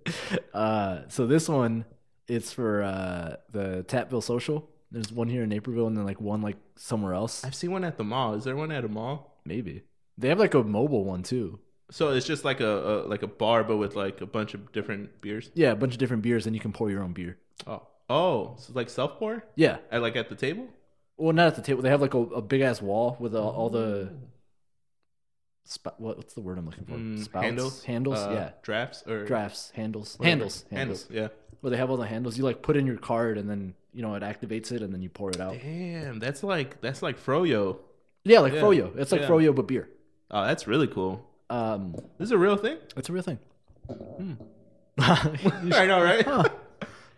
Uh, so this one, it's for uh the Tapville Social. There's one here in Naperville, and then like one like somewhere else.
I've seen one at the mall. Is there one at a mall?
Maybe they have like a mobile one too.
So it's just like a, a like a bar, but with like a bunch of different beers.
Yeah, a bunch of different beers, and you can pour your own beer.
Oh, oh, so it's like self pour
Yeah,
at like at the table.
Well, not at the table. They have like a, a big ass wall with uh, all the sp- what, what's the word I'm looking for?
Mm,
Spouts,
handles,
handles,
uh,
yeah,
drafts or
drafts, handles,
whatever.
handles, handles,
handles, yeah.
Where they have all the handles. You like put in your card, and then you know it activates it, and then you pour it out.
Damn, that's like that's like froyo.
Yeah, like
Yeah.
froyo. It's like
Yeah.
froyo but beer.
Oh, that's really cool.
Um,
This is a real thing.
it's a real
Hmm.
thing. You should-
I know, right?
Huh.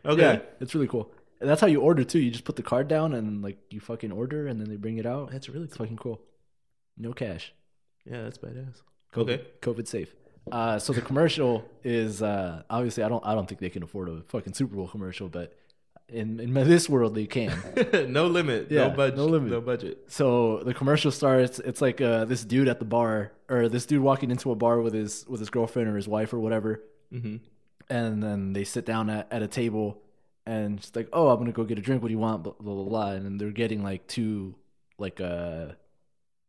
Okay.
Yeah, it's really cool. And that's how you order too. You just put the card down and like you fucking order, and then they bring it out.
That's really
It's
cool.
fucking cool. No cash.
Yeah, that's badass.
COVID,
Okay.
COVID safe. Uh, so the commercial is uh, obviously I don't I don't think they can afford a fucking Super Bowl commercial, but in in this world they can.
no limit.
Yeah,
no budget.
no
No
limit.
budget.
So the commercial starts. It's like uh, this dude at the bar, or this dude walking into a bar with his with his girlfriend or his wife or whatever,
hmm
and then they sit down at, at a table, and she's like, "Oh, I'm gonna go get a drink. What do you want?" Blah blah blah. blah. And then they're getting like two, like uh,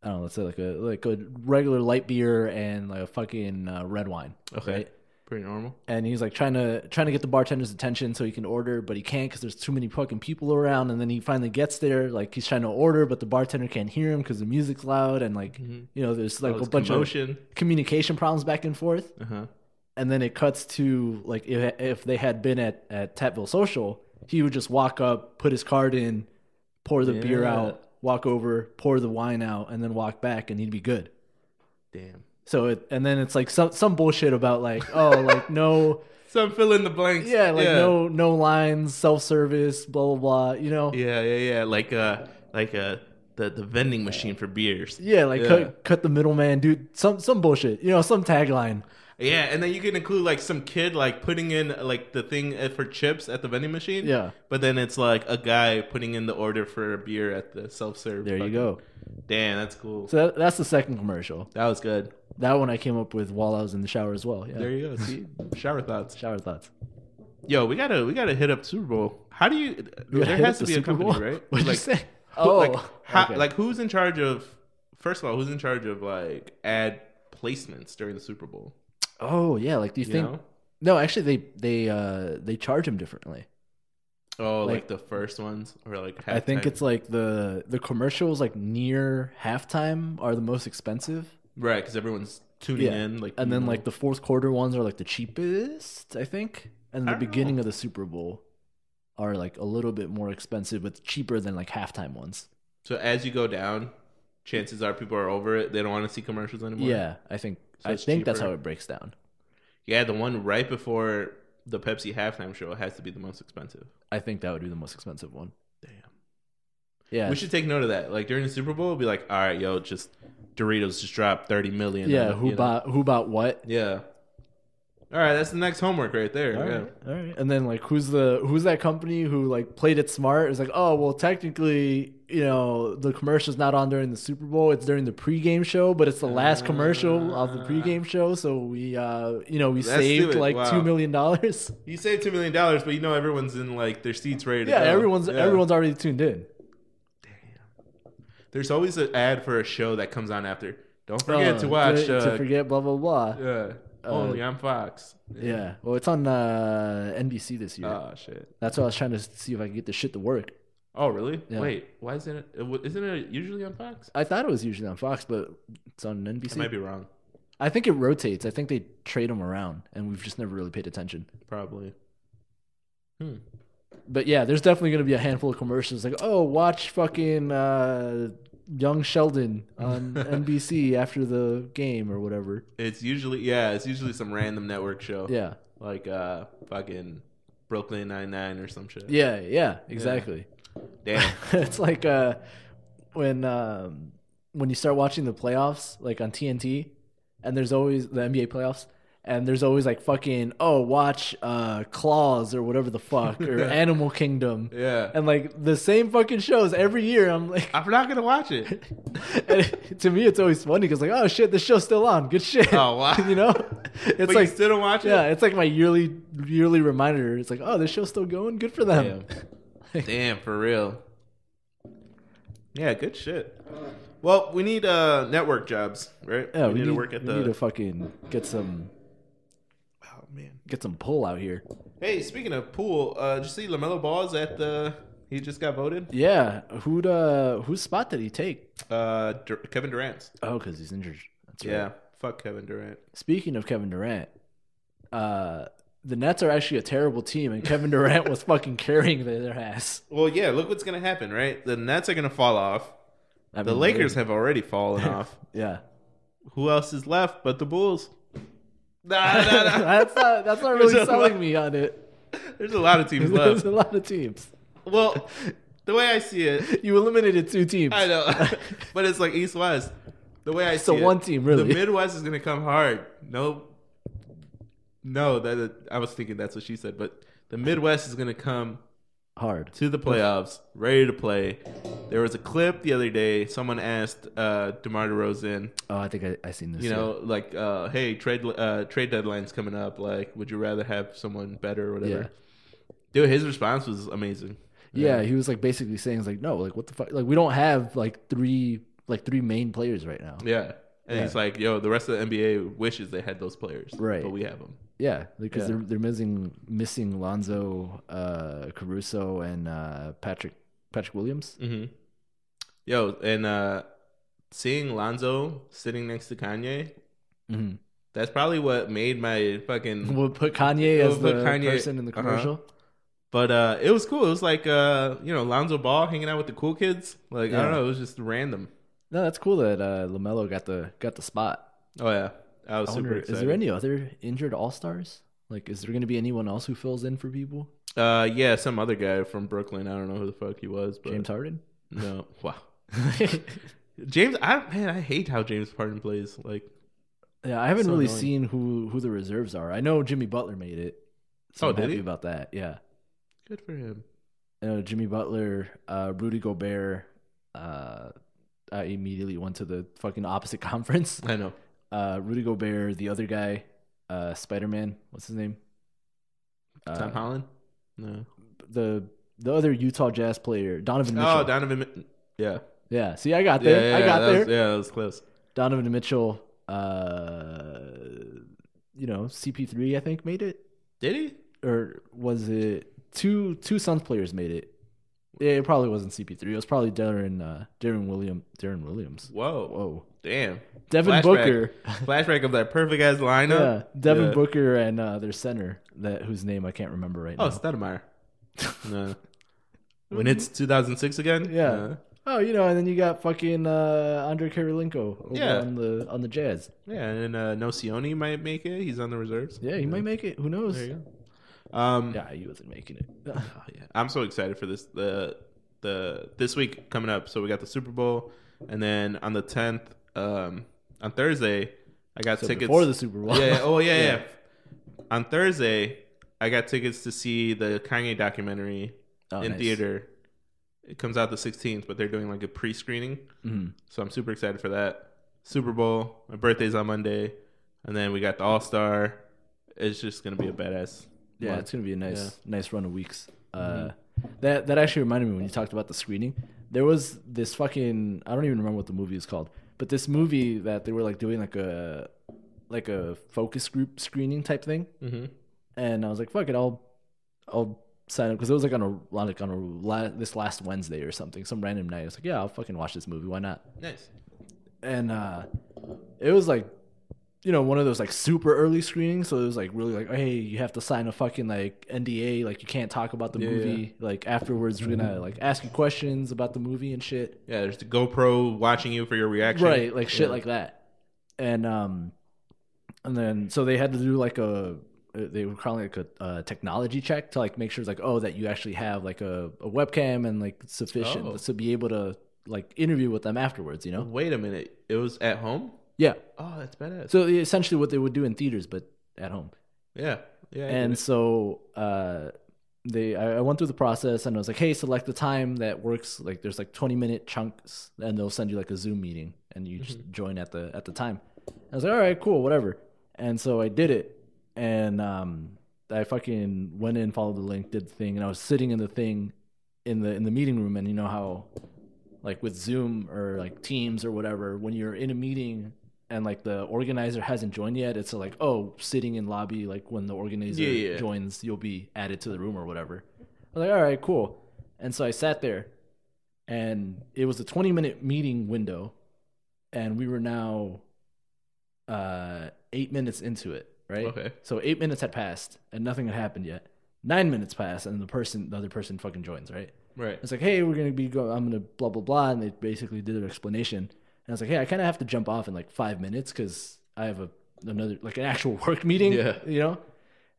I don't know, let's say like a like a regular light beer and like a fucking uh, red wine.
Okay.
right?
Pretty normal.
and he's like trying to trying to get the bartender's attention so he can order, but he can't because there's too many fucking people around. And then he finally gets there, like he's trying to order, but the bartender can't hear him because the music's loud and like
Mhm.
you know there's like
All
a
this
bunch
commotion.
of communication problems back and forth.
Uh huh.
And then it cuts to like if, if they had been at at Tatville Social, he would just walk up, put his card in, pour the beer
Yeah.
out, walk over, pour the wine out, and then walk back, and he'd be good.
Damn.
So it, and then it's like some some bullshit about like oh like no.
So I'm filling the blanks.
Yeah, like no no lines, self service, blah blah blah. You know. Yeah,
Yeah, yeah, yeah. Like uh, like uh, the the vending machine for beers.
like
Yeah.
cut cut the middleman, dude. Some some bullshit. You know, some tagline.
Yeah, and then you can include like some kid like putting in like the thing uh, for chips at the vending machine.
Yeah.
But then it's like a guy putting in the order for a beer at the self serve.
There you go.
Damn, that's cool.
So that, that's the second commercial.
that was good.
That one I came up with while I was in the shower as well. Yeah.
There you go. See, shower thoughts.
shower thoughts.
Yo, we gotta we gotta hit up Super Bowl. How do you?
You
There
hit
has to
the
be a
Super
company,
Bowl?
right?
What'd
like,
you say?
who-
Oh,
like, how,
okay.
like who's in charge of? First of all, who's in charge of like ad placements during the Super Bowl?
oh yeah. Like, do you,
You
think?
know?
No, actually, they they uh they charge him differently.
Oh, like,
Like-
the first ones or like
I think
halftime?
it's like the the commercials like near halftime are the most expensive.
right because everyone's tuning
Yeah.
in. Like
and
you
then
know.
like the fourth quarter ones are like the cheapest, I think, and
I
the
don't
beginning
know.
of the Super Bowl are like a little bit more expensive, but cheaper than like halftime ones.
so as you go down, chances are people are over it. They don't want to see commercials anymore.
Yeah, I think
So
I
it's
think that's
cheaper.
how it breaks down.
yeah. The one right before the Pepsi halftime show has to be the most expensive.
I think that would be the most expensive one.
Damn.
Yeah,
We should take note of that. Like during the Super Bowl, be like, all right, yo, just Doritos just dropped thirty million.
yeah.
on it,"
Who
you know?
bought who bought what?
Yeah. All right, that's the next homework right there.
All
yeah.
right, all right. And then like who's the who's that company who like played it smart? It's like oh well, technically you know the commercial's not on during the Super Bowl. It's during the pregame show, but it's the last commercial of the
Ah.
pregame show. So we uh you know we
Let's do
saved
it.
like
Wow.
two million dollars.
You saved two million dollars, but you know everyone's in like their seats ready to
Yeah,
go.
everyone's
Yeah.
everyone's already tuned in.
There's always an ad for a show that comes on after. Don't forget
Uh,
to watch.
to,
uh,
to forget blah blah blah.
yeah, only on Fox.
Yeah. well, it's on uh NBC this year.
Oh shit.
That's why I was trying to see if I could get the shit to work.
Oh really?
Yeah.
Wait, why isn't it? it wa- Isn't it usually on Fox?
I thought it was usually on Fox, but it's on NBC.
I might be wrong.
I think it rotates. I think they trade them around, and we've just never really paid attention.
Probably. Hmm.
But yeah, there's definitely going to be a handful of commercials like, oh, watch fucking uh, Young Sheldon on NBC after the game or whatever.
It's usually yeah. It's usually some random network show.
Yeah,
Like uh, fucking Brooklyn Nine Nine or some shit.
yeah, yeah, exactly.
Damn.
it's like uh, when um, when you start watching the playoffs, like on TNT, and there's always the NBA playoffs, and there's always like fucking oh, watch uh, Claws or whatever the fuck or Animal Kingdom.
Yeah.
and like the same fucking shows every year. I'm like,
I'm not gonna watch it.
and to me, it's always funny because like, oh shit, this show's still on. Good shit.
Oh, wow.
you know,
But
it's
you
like
still don't watch it.
yeah, it's like my yearly yearly reminder. It's like, oh, this show's still going. Good for them.
Damn, for real. Yeah, good shit. Well, we need uh network jobs, right?
Yeah,
we, need, to work at
we
the.
need to fucking get some
oh man.
get some pull out here.
Hey, speaking of pool, uh, did you see Lamelo Ball's at the? He just got voted.
Yeah, who'd uh whose spot did he take?
Uh, Dur- Kevin Durant's.
Oh, because he's injured. That's right.
Yeah, fuck Kevin Durant.
Speaking of Kevin Durant, uh, the Nets are actually a terrible team, and Kevin Durant was fucking carrying their, their ass.
Well, yeah, look what's gonna happen, right? The Nets are gonna fall off.
I
The
mean,
Lakers have already fallen off.
yeah.
Who else is left but the Bulls? Nah, nah, nah.
that's not that's not really
There's a
selling
lot-
me on it.
There's a lot of teams
There's
left.
a lot of teams.
Well, the way I see it,
You eliminated two teams.
I know, but it's like East West. The way I
So
see it,
one team, really.
The Midwest is gonna come hard. No, no. That, that- I was thinking that's what she said, but the Midwest is gonna come
Hard.
to the playoffs, ready to play. There was a clip the other day. Someone asked uh, DeMar DeRozan,
Oh, I think I, I seen this.
you
yeah.
know, like, uh, "Hey, trade uh, trade deadline's coming up. Like, would you rather have someone better or whatever?"
Yeah.
Dude, his response was amazing.
Yeah, he was like basically saying it's like no, like what the fuck, like we don't have like three like three main players right now.
Yeah. And
Yeah.
he's like, yo, the rest of the NBA wishes they had those players.
Right.
But we have them.
Yeah, because
Yeah.
they're they're missing missing Lonzo, uh, Caruso, and uh, Patrick Patrick Williams.
Mm-hmm. Yo, and uh, seeing Lonzo sitting next to Kanye,
Mm-hmm.
that's probably what made my fucking.
We'll put Kanye
We'll
as
put
the
Kanye-
person in the
uh-huh.
commercial.
But uh, it was cool. It was like, uh, you know, Lonzo Ball hanging out with the cool kids. Like, I
Yeah.
don't know. It was just random.
No, that's cool that uh, Lamelo got the got the spot.
Oh, yeah. I was
I
super
wonder,
excited.
is there any other injured All Stars? Like, is there going to be anyone else who fills in for people?
uh, yeah, some other guy from Brooklyn. I don't know who the fuck he was, but
James Harden.
no, wow. James, I man, I hate how James Harden plays. Like,
Yeah, I haven't
So
really
annoying.
seen who who the reserves are. I know Jimmy Butler made it. So
Oh,
I'm
did
happy
he?
about that. Yeah.
good for him.
I know Jimmy Butler, uh, Rudy Gobert, uh, I immediately went to the fucking opposite conference.
I know.
Uh, Rudy Gobert, the other guy, uh, Spider Man, what's his name? Uh,
Tom Holland? No.
the the other Utah Jazz player, Donovan Mitchell.
Oh, Donovan. Mi- Yeah.
yeah, see, I got
Yeah,
there.
yeah,
I got
that
there.
Was, yeah, that was close.
Donovan Mitchell, uh, you know, CP3, I think, made it.
Did he?
Or was it two two Suns players made it? Yeah, it probably wasn't CP3. It was probably Darren, uh, Darren, William, Darren Williams.
Whoa.
Whoa.
Damn.
Devin
Flashback.
Booker.
Flashback of that perfect ass
Yeah,
lineup.
Devin
Yeah.
Booker and uh, their center, that whose name I can't remember right
Oh,
now.
Stoudemire. no. When it's 2006 again?
Mm-hmm. Yeah.
Uh,
Oh, you know, and then you got fucking uh, Andre Karolinko over
Yeah.
on the on the Jazz.
yeah, and uh, Nocioni might make it. He's on the reserves.
Yeah, he might make it. Who knows?
There you go. Um,
Yeah, he wasn't making it.
Oh, yeah. I'm so excited for this the the this week coming up. So we got the Super Bowl, and then on the 10th, um, on Thursday, I got
So
tickets
before the Super Bowl.
yeah, yeah. Oh, yeah,
Yeah.
yeah. On Thursday, I got tickets to see the Kanye documentary
Oh,
in
nice.
theater. It comes out the 16th, but they're doing like a pre-screening,
Mhm.
so I'm super excited for that. Super Bowl, my birthday's on Monday, and then we got the All Star. It's just gonna be a badass.
Yeah,
month.
it's gonna be a nice nice run of weeks. Uh, that that actually reminded me when you talked about the screening. There was this fucking I don't even remember what the movie is called, but this movie that they were like doing like a like a focus group screening type thing,
Mhm.
and I was like, fuck it, I'll I'll sign up because it was like on a like on a la- this last Wednesday or something, some random night. I was like, yeah, I'll fucking watch this movie. Why not?
nice.
and uh it was like you know one of those like super early screenings so it was like really like hey you have to sign a fucking like nda like you can't talk about the
Yeah, Mm-hmm.
movie like afterwards we're gonna like ask you questions about the movie and shit
Yeah, there's the GoPro watching you for your reaction.
right like shit like that and um and then so they had to do like a uh, they were calling it like a uh, technology check to like make sure it's like oh that you actually have like a, a webcam and like sufficient
Oh. Mm-hmm.
to be able to like interview with them afterwards you know
Wait a minute. It was at home.
yeah
Oh, that's badass.
So essentially, what they would do in theaters, but at home.
yeah. Yeah. I get
And
it.
so uh, they, I, I went through the process, and I was like, "Hey, select the time that works. Like, there's like 20 minute chunks, and they'll send you like a Zoom meeting, and you just join at the at the time." I was like, "All right, cool, whatever." And so I did it, and um, I fucking went in, followed the link, did the thing, and I was sitting in the thing, in the in the meeting room, and you know how like with Zoom or like Teams or whatever, when you're in a meeting and like the organizer hasn't joined yet, it's like, oh, sitting in lobby, like when the organizer
Yeah, yeah.
joins, you'll be added to the room or whatever. I was like, all right, cool. And so I sat there and it was a 20 minute meeting window and we were now uh, eight minutes into it, right?
Okay.
So eight minutes had passed and nothing had happened yet. Nine minutes passed and the person, the other person fucking joins, right?
right.
It's like, hey, we're gonna be go I'm gonna blah blah blah, and they basically did their explanation. And I was like, hey, I kind of have to jump off in like five minutes because I have a another like an actual work meeting.
Yeah.
You know,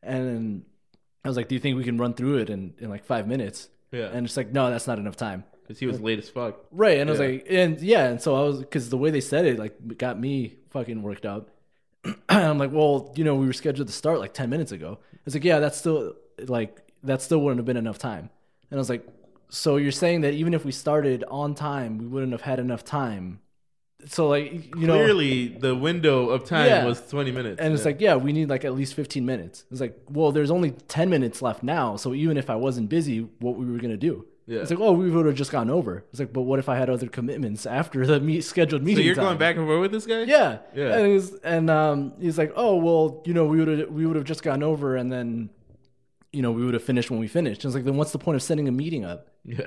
and then I was like, do you think we can run through it in in like five minutes?
Yeah.
And it's like, no, that's not enough time.
Because he was late as fuck.
Right. And I was
Yeah.
like, and yeah. And so I was, because the way they said it, like, got me fucking worked up. I'm like, well, you know, we were scheduled to start like 10 minutes ago. It's like, yeah, that's still, like, that still wouldn't have been enough time. And I was like, so you're saying that even if we started on time, we wouldn't have had enough time. So, like, you know,
Clearly, the window of time
Yeah.
was 20 minutes.
and it's like, yeah, we need like at least 15 minutes. It's like, well, there's only 10 minutes left now. So even if I wasn't busy, what we were going to do?
Yeah.
It's like, oh, we would have just gone over. It's like, but what if I had other commitments after the meet, scheduled meeting?
so you're
time?
going back and forth with this guy?
Yeah.
Yeah.
And he's and um he's like, "Oh, well, you know, we would have we would have just gone over and then you know, we would have finished when we finished." And it's like, "Then what's the point of setting a meeting up?"
Yeah.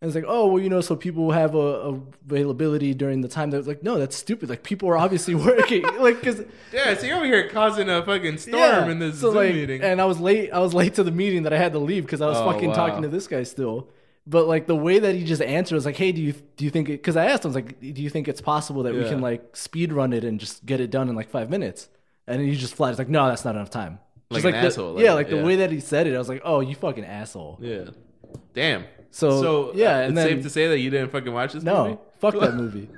And it's like, "Oh, well, you know, so people have a, a availability during the time that's like, "No, that's stupid. Like people are obviously working." like cuz
Yeah, so you're over here causing a fucking storm in this
so
Zoom
like,
meeting.
And I was late. I was late to the meeting that I had to leave because I was
Oh,
fucking
wow.
talking to this guy still. But like the way that he just answered was like, "Hey, do you do you think?" Because I asked him, I was like, "Do you think it's possible that we
Yeah.
can like speed run it and just get it done in like five minutes?" And he just flat is like, "No, that's not enough time."
Like
Just
an
the-
asshole, like
yeah,
that,
like the
yeah.
way that he said it, I was like, "Oh, you fucking asshole."
yeah. Damn.
So, yeah,
uh,
and
it's
then-
safe to say that you didn't fucking watch this
No,
movie?
fuck that movie.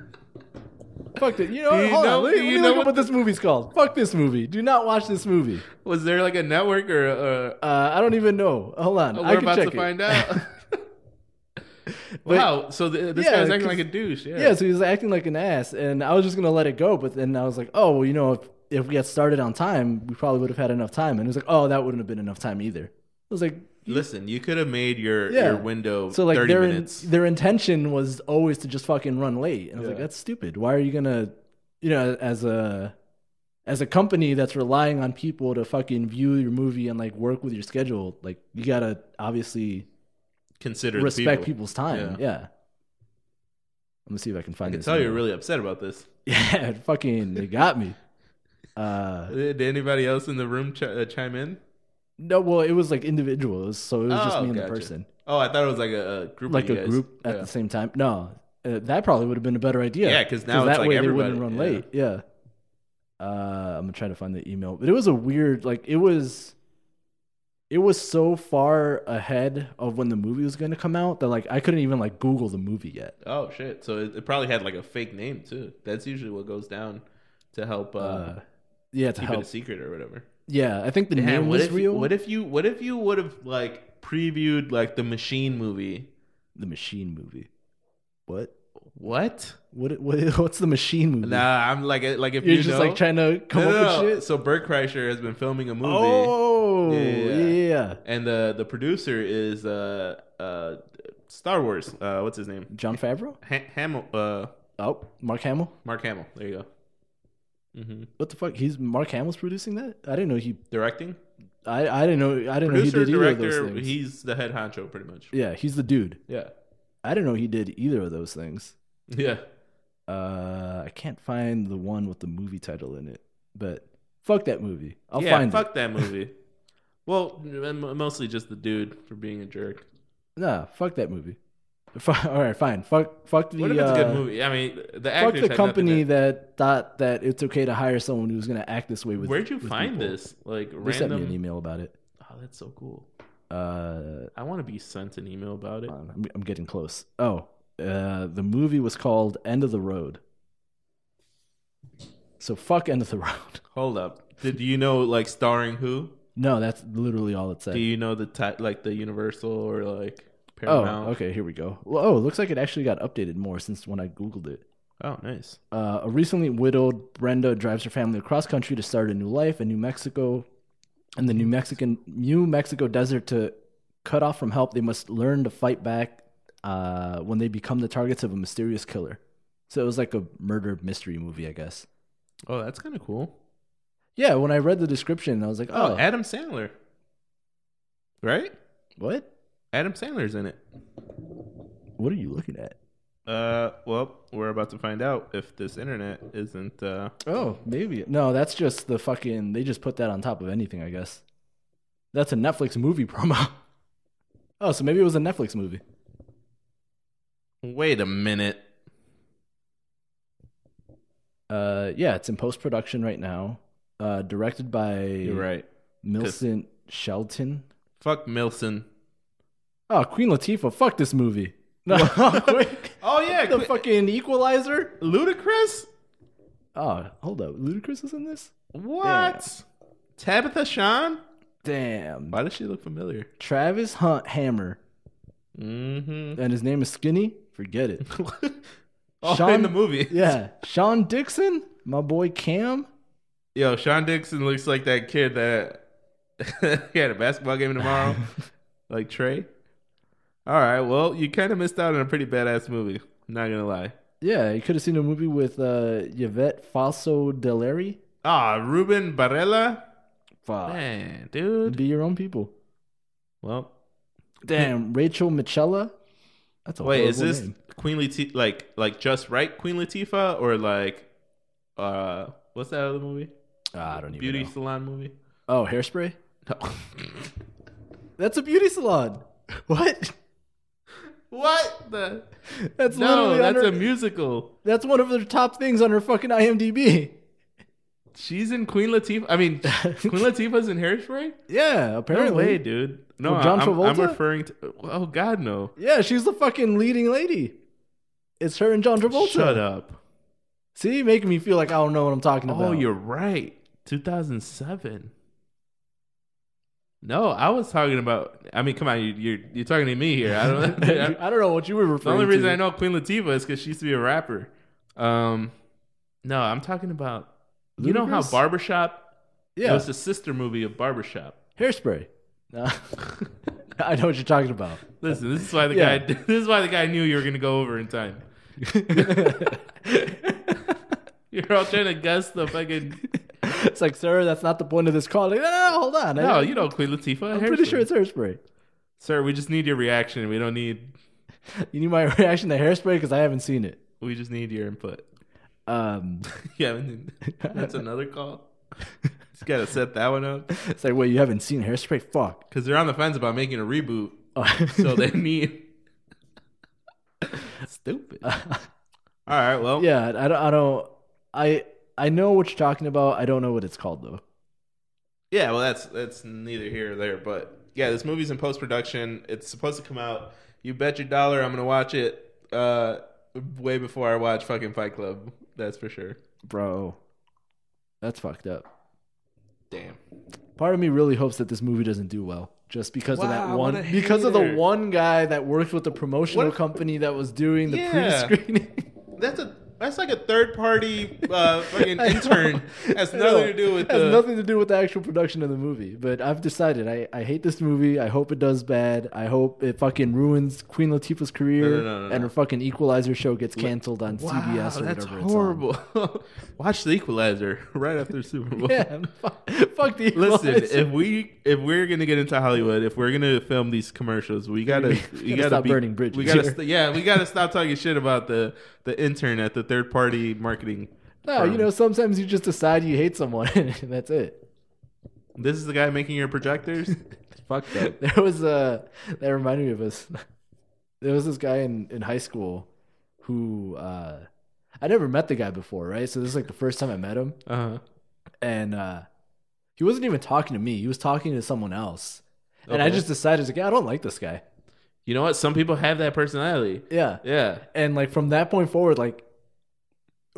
fuck that. You know,
Do you
hold
know-
on. Let,
do
let
you
me
know
look up
what
what this movie's called. Fuck this movie. Do not watch this movie.
Was there like a network or uh,
Uh, I don't even know. Hold on.
Oh, we're
I can
about
check
to
it.
find out? wow. So th- this
Yeah,
guy's acting
'cause-
like a douche. Yeah.
Yeah, so he was acting like an ass, and I was just gonna let it go. But then I was like, oh, well, you know, if if we got started on time, we probably would have had enough time. And he was like, oh, that wouldn't have been enough time either. I was like,
Listen, you could have made your,
Yeah.
your window
so like
30
their
minutes.
their intention was always to just fucking run late, and I was like,
Yeah.
that's stupid. Why are you gonna, you know, as a as a company that's relying on people to fucking view your movie and like work with your schedule, like you gotta obviously
Consider
respect
the people.
people's time. Yeah. Let me see if I can
I
find
can
this
tell
now.
you're really upset about this.
Yeah, it fucking they got me. Uh
Did anybody else in the room ch- uh, chime in?
no, well it was like individual, it was- so it was just
Oh,
me and
gotcha.
the person.
Oh, I thought it was like a, a group.
Like
of you
a
guys.
group at
Yeah.
the same time. No. Uh, that probably would have been a better idea.
Yeah, 'cause now it's
that
like
way they wouldn't run
everybody,
late. Yeah. Uh I'm gonna try to find the email. But it was a weird like it was it was so far ahead of when the movie was gonna come out that like I couldn't even like Google the movie yet.
Oh shit! So it, it probably had like a fake name too. That's usually what goes down to help uh,
Uh yeah, to
keep
help.
it a secret or whatever.
Yeah, I think the
Damn,
name
what
was
if
real.
what if you what if you would have like previewed like the machine movie?
the machine movie? What?
What?
What, what what's the machine movie?
Nah, I'm like uh, like if
You're
you
just
know-
like trying to come
No, no,
up
no.
with shit.
So Bert Kreischer has been filming a movie,
Oh
Yeah,
yeah,
yeah,
yeah.
yeah. and the the producer is uh uh Star Wars. Uh, what's his name?
John Favreau.
Ha- Hamill. Uh,
Oh, Mark Hamill.
Mark Hamill. There you go. hmm
What the fuck? He's Mark Hamill's producing that? I didn't know he.
Directing,
I I didn't know. I didn't
producer,
know he did either of
director.
those things.
He's the head honcho, pretty much.
yeah, he's the dude.
Yeah.
I didn't know he did either of those things.
Yeah.
Uh, I can't find the one with the movie title in it, but fuck that movie. I'll
yeah,
find
fuck that movie. well, m- mostly just the dude for being a jerk.
it. Nah, fuck that movie. Fu- All right, fine. Fuck, fuck the.
What if it's a
uh,
good movie? I mean, the
fuck the
actors had nothing
company
to-
that thought that it's okay to hire someone who's going to act this way with
Where'd you
with
find
people.
this? Like
They sent me an e-
random.
email about it.
Oh, that's so cool.
Uh,
I want to be sent an email about it.
I'm, I'm getting close. Oh, uh, the movie was called End of the Road. So fuck End of the Road.
Hold up. Did you know like starring who?
No, that's literally all it said.
Do you know the ti- like the Universal or like
oh,
Paramount?
okay. Here we go. Well, oh, it looks like it actually got updated more since when I googled it.
Oh, nice.
Uh, a recently widowed Brenda drives her family across country to start a new life in New Mexico, in the New Mexican New Mexico desert. To cut off from help, they must learn to fight back uh, when they become the targets of a mysterious killer. So it was like a murder mystery movie, I guess.
Oh, that's kind of cool.
Yeah, when I read the description, I was like,
Oh,
"Oh,
Adam Sandler. Right?
what?
Adam Sandler's in it.
What are you looking at?"
Uh, well, we're about to find out if this internet isn't. Uh,
Oh, maybe no. That's just the fucking. They just put that on top of anything, I guess. That's a Netflix movie promo. oh, so maybe it was a Netflix movie.
wait a minute.
Uh, yeah, it's in post production right now. Uh, directed by
Mm. You're right.
Milson Shelton.
Fuck Milson.
Oh, Queen Latifah, fuck this movie. No, quick.
Oh yeah,
The
Cl-
fucking Equalizer.
Ludacris.
Oh, hold up, Ludacris is in this.
What? Tabitha Sean?
Damn.
Why does she look familiar?
Travis Hunt Hammer,
Mm-hmm.
and his name is Skinny. Forget it.
oh, in
Sean-
the movie.
Yeah, Sean Dixon, my boy Cam.
Yo, Sean Dixon looks like that kid that he had a basketball game tomorrow, like Trey. All right, well, you kind of missed out on a pretty badass movie. Not gonna lie.
Yeah, you could have seen a movie with uh, Yvette Faso Deleri.
Ah, Ruben Barella.
Fuck.
Man, dude.
Be your own people.
Well,
Damn, Rachel Michella. That's a
wait, is
horrible
this
name.
Queen Latifah like like just right Queen Latifah or like uh what's that other movie?
Ah, I don't even
Beauty
know.
salon movie.
Oh, hairspray.
No.
That's a beauty salon. What?
what the?
That's
No,
literally
that's
on her-
a musical.
That's one of the top things on her fucking IMDb.
She's in Queen Latifah. I mean, Queen Latifah's in Hairspray.
Yeah,
No
apparently.
way, dude. No,
With John
I'm, I'm
Travolta?
referring to. Oh God, no.
Yeah, she's the fucking leading lady. It's her and John Travolta.
Shut up.
See, making me feel like I don't know what I'm talking about.
Oh, you're right. 2007. No, I was talking about. I mean, come on, you, you're you're talking to me here. I don't.
I don't know what you were
the
referring
only
to.
reason I know Queen Latifah is because she used to be a rapper. Um, no, I'm talking about. You know how
Ludacris?
Barbershop? It
Yeah,
was the sister movie of Barbershop.
hairspray. Nah. I know what you're talking about.
Listen, this is why the
Yeah.
guy. This is why the guy knew you were gonna go over in time. You're all trying to guess the fucking.
it's like, sir, that's not the point of this call. Like, no, no, no, hold on.
No,
I,
you know Queen Latifah.
I'm pretty sure it's hairspray.
Sir, we just need your reaction. We don't need.
You need my reaction to hairspray because I haven't seen it.
We just need your input.
Um,
Yeah, I mean, that's another call. Just gotta set that one up
it's like, wait, you haven't seen hairspray? Fuck.
because they're on the fence about making a reboot,
Oh.
so they need. Stupid. All right. Well,
yeah, I don't, I don't, I, I know what you're talking about. I don't know what it's called though.
Yeah, well, that's that's neither here or there, but yeah, this movie's in post production. It's supposed to come out. You bet your dollar I'm gonna watch it uh, way before I watch fucking Fight Club. That's for sure.
Bro, that's fucked up.
Damn.
Part of me really hopes that this movie doesn't do well, just because of
Wow,
that
what
one,
a
because of the
hater.
one guy that worked with the promotional
What if-
company that was doing the
Yeah.
pre-screening.
That's a that's like a third party uh, fucking
I know.
intern. Has
I
nothing
know.
to do with
has
the.
nothing to do with the actual production of the movie. But I've decided I, I hate this movie. I hope it does bad. I hope it fucking ruins Queen Latifah's career
No, no, no, no,
and
no.
her fucking Equalizer show gets canceled on CBS or
that's
whatever.
horrible. watch The Equalizer right after the Super Bowl.
It's on. Yeah, fuck, fuck the
Listen,
Equalizer.
if we if we're gonna get into Hollywood, if we're gonna film these commercials, we gotta
We
we,
gotta
gotta
stop
be-
burning bridges
We gotta
here.
st- yeah, we gotta stop talking shit about the the intern at the third party marketing.
no, you
firm.
know, sometimes you just decide you hate someone and that's it.
this is the guy making your projectors. Fuck that.
There was a that reminded me of us. There was this guy in in high school who uh I never met the guy before, right? So this is like the first time I met him,
Uh-huh.
and uh he wasn't even talking to me. He was talking to someone else, and I
Okay.
just decided like, yeah, I don't like this guy.
You know what? Some people have that personality.
Yeah,
Yeah.
and like from that point forward, like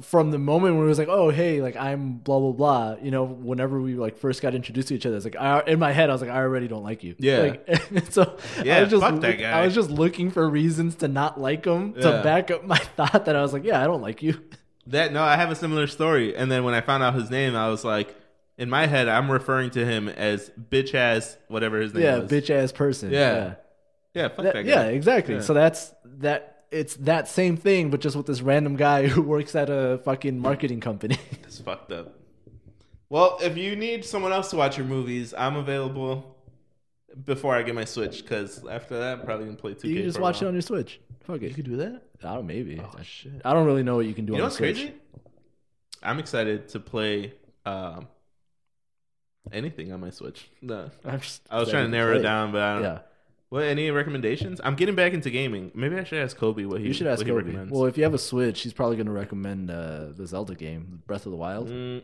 from the moment when it was like, oh hey, like I'm blah blah blah, you know, whenever we like first got introduced to each other, it's like I, in my head I was like, I already don't like you.
Yeah.
Like, so I
Yeah,
was just
fuck that
look-
guy.
I was just looking for reasons to not like him to
Yeah.
back up my thought that I was like, yeah, I don't like you.
That no, I have a similar story. And then when I found out his name, I was like, in my head, I'm referring to him as bitch ass whatever his name
yeah,
was.
bitch ass person.
Yeah. Yeah, fuck
That-
that, guy.
yeah, exactly.
Yeah.
So that's that. It's that same thing, but just with this random guy who works at a fucking marketing company.
It's fucked up. Well, if you need someone else to watch your movies, I'm available before I get my Switch because after that, I'm probably gonna play 2K.
you can just
for a
watch it
while.
on your Switch. Fuck it.
You could do that.
I don't maybe.
Oh shit!
I don't really know what you can do
You
on
know
the Switch.
what's crazy? I'm excited to play um, anything on my Switch. No,
I'm just
I was
excited
trying to narrow
play
it down, but I don't.
Yeah,
What any recommendations? I'm getting back into gaming. Maybe I should ask Kobe what he
you should ask
what he
Kobe.
recommends.
Well, if you have a Switch, he's probably going to recommend uh, the Zelda game, Breath of the Wild.
Mm,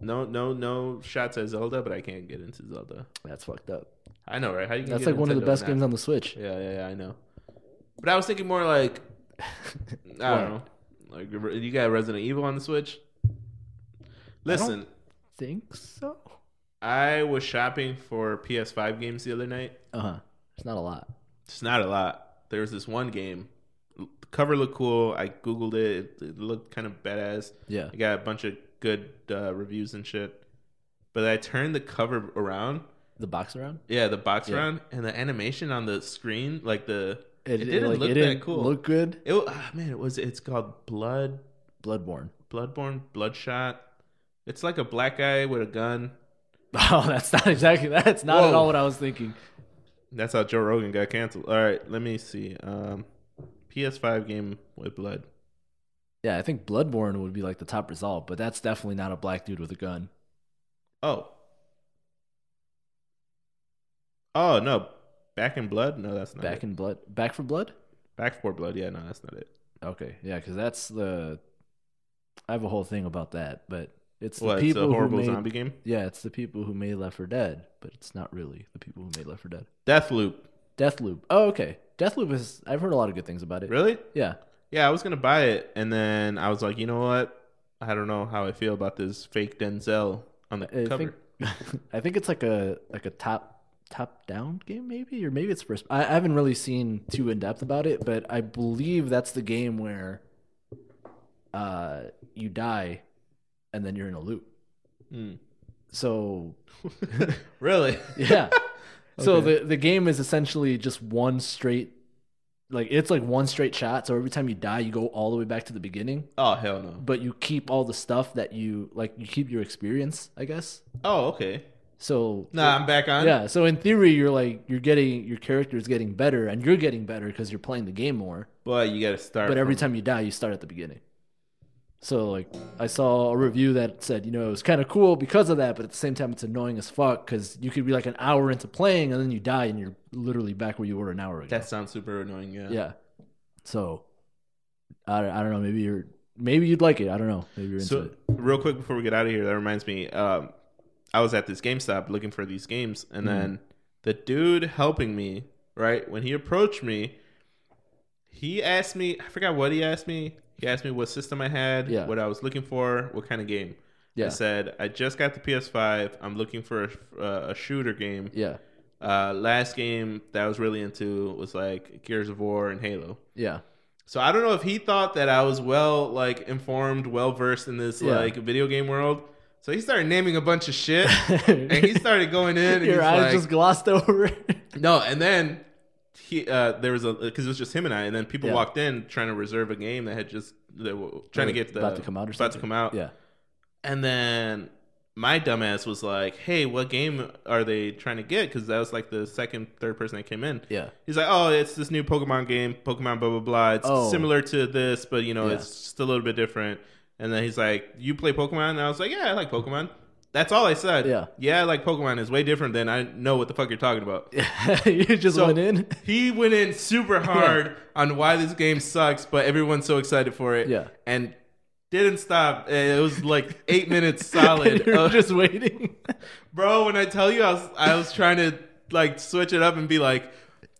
no, no, no shots at Zelda, but I can't get into Zelda.
That's fucked up.
I know, right? How you? gonna
That's
get
like one of the
Nintendo
best
on
games
that?
on the Switch.
Yeah, yeah, yeah, I know. But I was thinking more like I don't know. Like you got Resident Evil on the Switch. Listen,
Think so?
I, was shopping for PS5 games the other night.
Uh huh. It's not a lot.
It's not a lot. There was this one game. The cover looked cool. I googled it. It looked kind of badass.
Yeah.
I got a bunch of good uh, reviews and shit. But I turned the cover around.
The box around.
Yeah, the box
Yeah.
around and the animation on the screen, like the it, didn't
like,
look
it
that
didn't
cool.
Look good.
It wa- ah, man, it was. It's called Blood,
Bloodborne.
Bloodborne, Bloodshot. It's like a black guy with a gun.
Oh, that's not exactly. That's not at
Whoa.
all what I was thinking.
That's how Joe Rogan got canceled. All right, let me see. Um, PS5 game with blood.
Yeah, I think Bloodborne would be like the top result, but that's definitely not a black dude with a gun.
Oh, oh no, Back in Blood. No, that's not
Back
it.
in blood. Back for blood.
Back for Blood. Yeah, no, that's not it.
Okay, yeah, because that's the. I have a whole thing about that, but it's the
What? It's
people
a horrible
who made.
zombie game.
Yeah, it's the people who made Left 4 Dead, but it's not really the people who made Left 4 Dead.
Deathloop.
Deathloop. Oh, okay. Deathloop is. I've heard a lot of good things about it.
Really?
Yeah.
Yeah, I was gonna buy it, and then I was like, you know what? I don't know how I feel about this fake Denzel on the
I
cover.
think. I think it's like a like a top top down game maybe or maybe it's first. I, I haven't really seen too in depth about it, but I believe that's the game where. Uh, you die, and then you're in a loop.
Mm.
So
really?
yeah. So
Okay.
the the game is essentially just one straight, like it's like one straight shot. So every time you die, you go all the way back to the beginning,
Oh hell no.
but you keep all the stuff that you like. You keep your experience, I guess.
Oh okay.
So
Nah, I'm back on.
yeah. So in theory, you're like you're getting your character's getting better, and you're getting better because you're playing the game more.
But you gotta start.
But every
from-
time you die, you start at the beginning. So like I saw a review that said, you know, it was kind of cool because of that, but at the same time, it's annoying as fuck because you could be like an hour into playing and then you die and you're literally back where you were an hour ago.
that sounds super annoying. Yeah.
yeah. So I, I don't know. Maybe you're maybe you'd like it. I don't know. Maybe you're into
So
it.
real quick before we get out of here, that reminds me. Um, I was at this GameStop looking for these games, and
Mm-hmm.
then the dude helping me, right when he approached me, he asked me. I forgot what he asked me. He asked me what system I had,
Yeah.
what I was looking for, what kind of game. I
Yeah.
said I just got the PS5. I'm looking for a, uh, a shooter game.
Yeah.
Uh, last game that I was really into was like Gears of War and Halo.
Yeah.
So I don't know if he thought that I was well like informed, well versed in this
Yeah.
like video game world. So he started naming a bunch of shit, and he started going in. And he's
Your eyes
like,
just glossed over. it.
no, and then he uh, there was a because it was just him and I, and then people
Yeah.
walked in trying to reserve a game that had just they were trying to get the,
about to come out or
about to
something.
come out.
yeah.
And then my dumbass was like, "Hey, what game are they trying to get?" Because that was like the second, third person that came in.
Yeah.
He's like, oh, it's this new Pokemon game, Pokemon blah blah blah. It's
Oh.
similar to this, but you know,
Yeah.
it's just a little bit different. And then he's like, you play Pokemon? And I was like, yeah, I like Pokemon. That's all I said.
Yeah.
yeah, I like Pokemon. It's way different than I know what the fuck you're talking about.
you just
So-
went in.
He went in super hard on why this game sucks, but everyone's so excited for it.
Yeah.
and didn't stop. It was like eight minutes
And
solid. Oh.
you're
of-
just waiting.
Bro, when I tell you, I was I was trying to like switch it up and be like,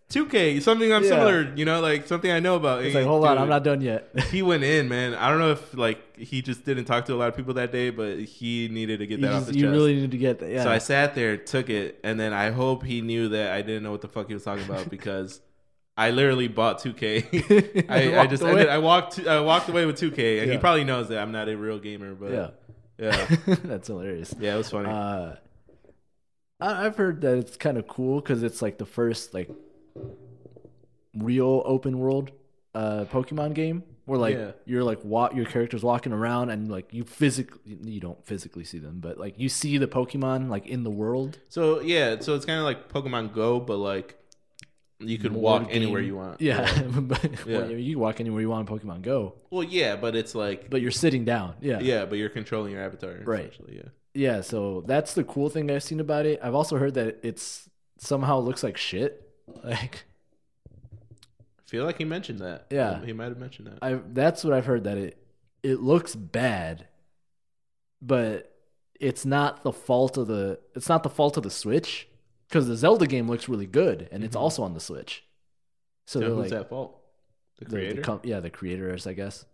2K, something I'm
Yeah.
similar, you know, like something I know about.
It's like, hold on, I'm not done yet.
He went in, man. I don't know if like he just didn't talk to a lot of people that day, but he needed to get
you
that off
just-
his
you
chest.
really need to get that. Yeah.
So I sat there, took it, and then I hope he knew that I didn't know what the fuck he was talking about because I literally bought 2K. I, I
Walked
just
away.
ended, I walked I walked away with 2K, and he
Yeah.
probably knows that I'm not a real gamer, but yeah,
Yeah.
yeah,
That's hilarious.
it was funny.
Uh, I- I've heard that it's kind of cool because it's like the first like real open world uh, Pokemon game where like
Yeah.
you're like wa- your character's walking around and like you physically you don't physically see them but like you see the Pokemon like in the world.
So yeah, so it's kind of like Pokemon Go, but like you could
More
walk
game.
anywhere you want.
Yeah, but
Uh, Yeah.
Well, you can walk anywhere you want in Pokemon Go,
Well, yeah, but it's like
but you're sitting down. Yeah,
yeah, but you're controlling your avatar.
Right.
essentially, Yeah.
yeah. So that's the cool thing I've seen about it. I've also heard that it's somehow looks like shit. Like
I feel like he mentioned that.
Yeah.
He might have mentioned that.
I that's what I've heard that it it looks bad, but it's not the fault of the it's not the fault of the Switch. because the Zelda game looks really good and it's
Mhm.
also on the Switch. So
So
they're
who's
like,
at fault? The
the- the
creator.
com- yeah, the creators, I guess.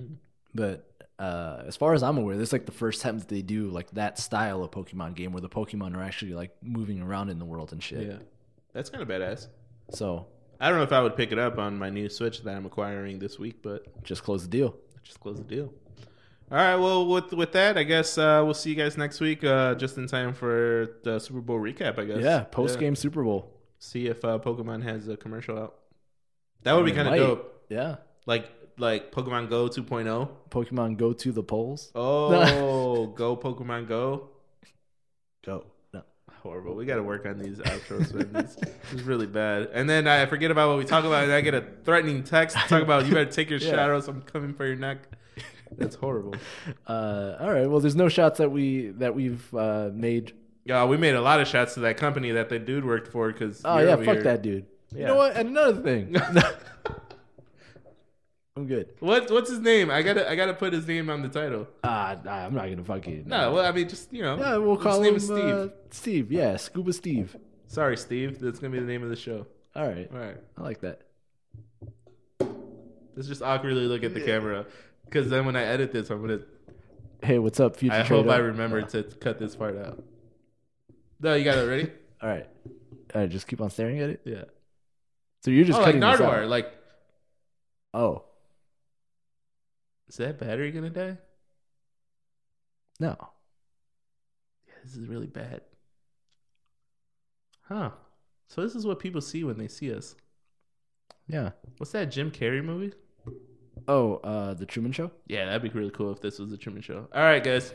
Mhm.
But uh, as far as I'm aware, this is like the first time that they do like that style of Pokemon game where the Pokemon are actually like moving around in the world and shit.
yeah, that's kind of badass.
So
I don't know if I would pick it up on my new Switch that I'm acquiring this week, but
just close the deal.
just close the deal. All right. Well, with with that, I guess uh, we'll see you guys next week, uh, just in time for the Super Bowl recap. I guess.
Yeah, post game Super Bowl.
See if uh, Pokemon has a commercial out. That would be
It
kind of
might.
dope.
Yeah,
Like like Pokemon Go 2.0.
Pokemon go to the polls.
Oh, go Pokemon Go.
Go. No.
Horrible. We got to work on these outros. man. This this is really bad. And then I forget about what we talk about, and I get a threatening text to talk about you better take your
Yeah.
shot, or else I'm coming for your neck. That's horrible.
Uh, all right. Well, there's no shots that we that we've uh, made.
Yeah, we made a lot of shots to that company that the dude worked for. Because
Oh yeah, fuck that dude. You
Yeah.
know what? And another thing. I'm good.
What what's his name? I gotta I gotta put his name on the title.
Ah, nah, I'm not gonna fucking. uh,
No, well I mean just you know.
Yeah, we'll
his
call
name
him
is Steve.
uh, Steve. Yeah, Scuba Steve.
Sorry, Steve. That's gonna be the name of the show.
All right,
All right.
I like that.
Let's just awkwardly look at the camera, because then when I edit this, I'm gonna.
Hey, what's up, future?
I hope
trader?
I remember to cut this part out. No, you got it ready.
All right, all right. Just keep on staring at it.
yeah.
So you're just
Oh, like
cutting this
Nardwar.
out.
Like,
Oh
is that battery gonna die?
no,
Yeah, this is really bad. Huh. So this is what people see when they see us.
yeah.
What's that Jim Carrey movie?
Oh, uh, the Truman Show.
Yeah, that'd be really cool if this was a Truman Show. All right, guys.